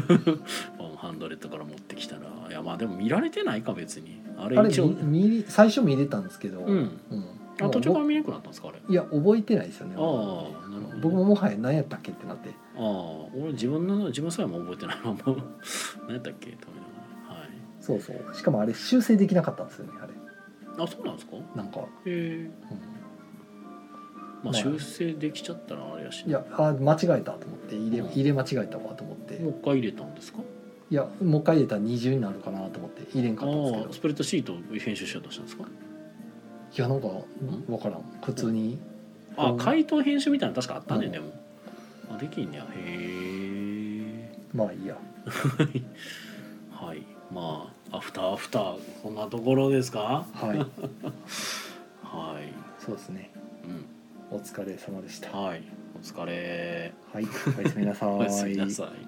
S1: [LAUGHS] ワンハンドレットから持ってきたらいやまあでも見られてないか別にあれ
S2: あれ
S1: 一応
S2: み見最初見れたんですけど、
S1: うん
S2: うん
S1: あ途中から
S2: もう
S1: 見れなくなったんですかあれ
S2: いや覚えてないですよね
S1: ああなるほど
S2: 僕ももはや何やったっけってなって
S1: [LAUGHS] ああ俺自分の自分さえも覚えてないまま何やったっけと思いながらはい
S2: そうそうしかもあれ修正できなかったんですよねあれ
S1: あそうなんですかへ
S2: なんか、
S1: え
S2: うん
S1: まあ
S2: まあ
S1: 修正できちゃったらあれやし
S2: いやあ間違えたと思って入れ
S1: うん
S2: 入れ間違えたわと思って
S1: もう一回入れたんですか
S2: いやもう一回入れたら二重になるかなと思って入れん
S1: あ
S2: かったんですけど
S1: あスプレッドシート編集しようとしたんですか
S2: いやなんか分からん普通に
S1: あ
S2: うん
S1: 回答編集みたいなの確かあったね、
S2: うん
S1: でもあできんねやへえ
S2: まあいいや
S1: はいまあアフターアフターこんなところですか [LAUGHS]
S2: はい
S1: はい、
S2: そうですね
S1: うん、
S2: お疲れ様でしたは
S1: はいお疲れ
S2: いおやすみなさ
S1: [LAUGHS]
S2: ー
S1: おやすみなさい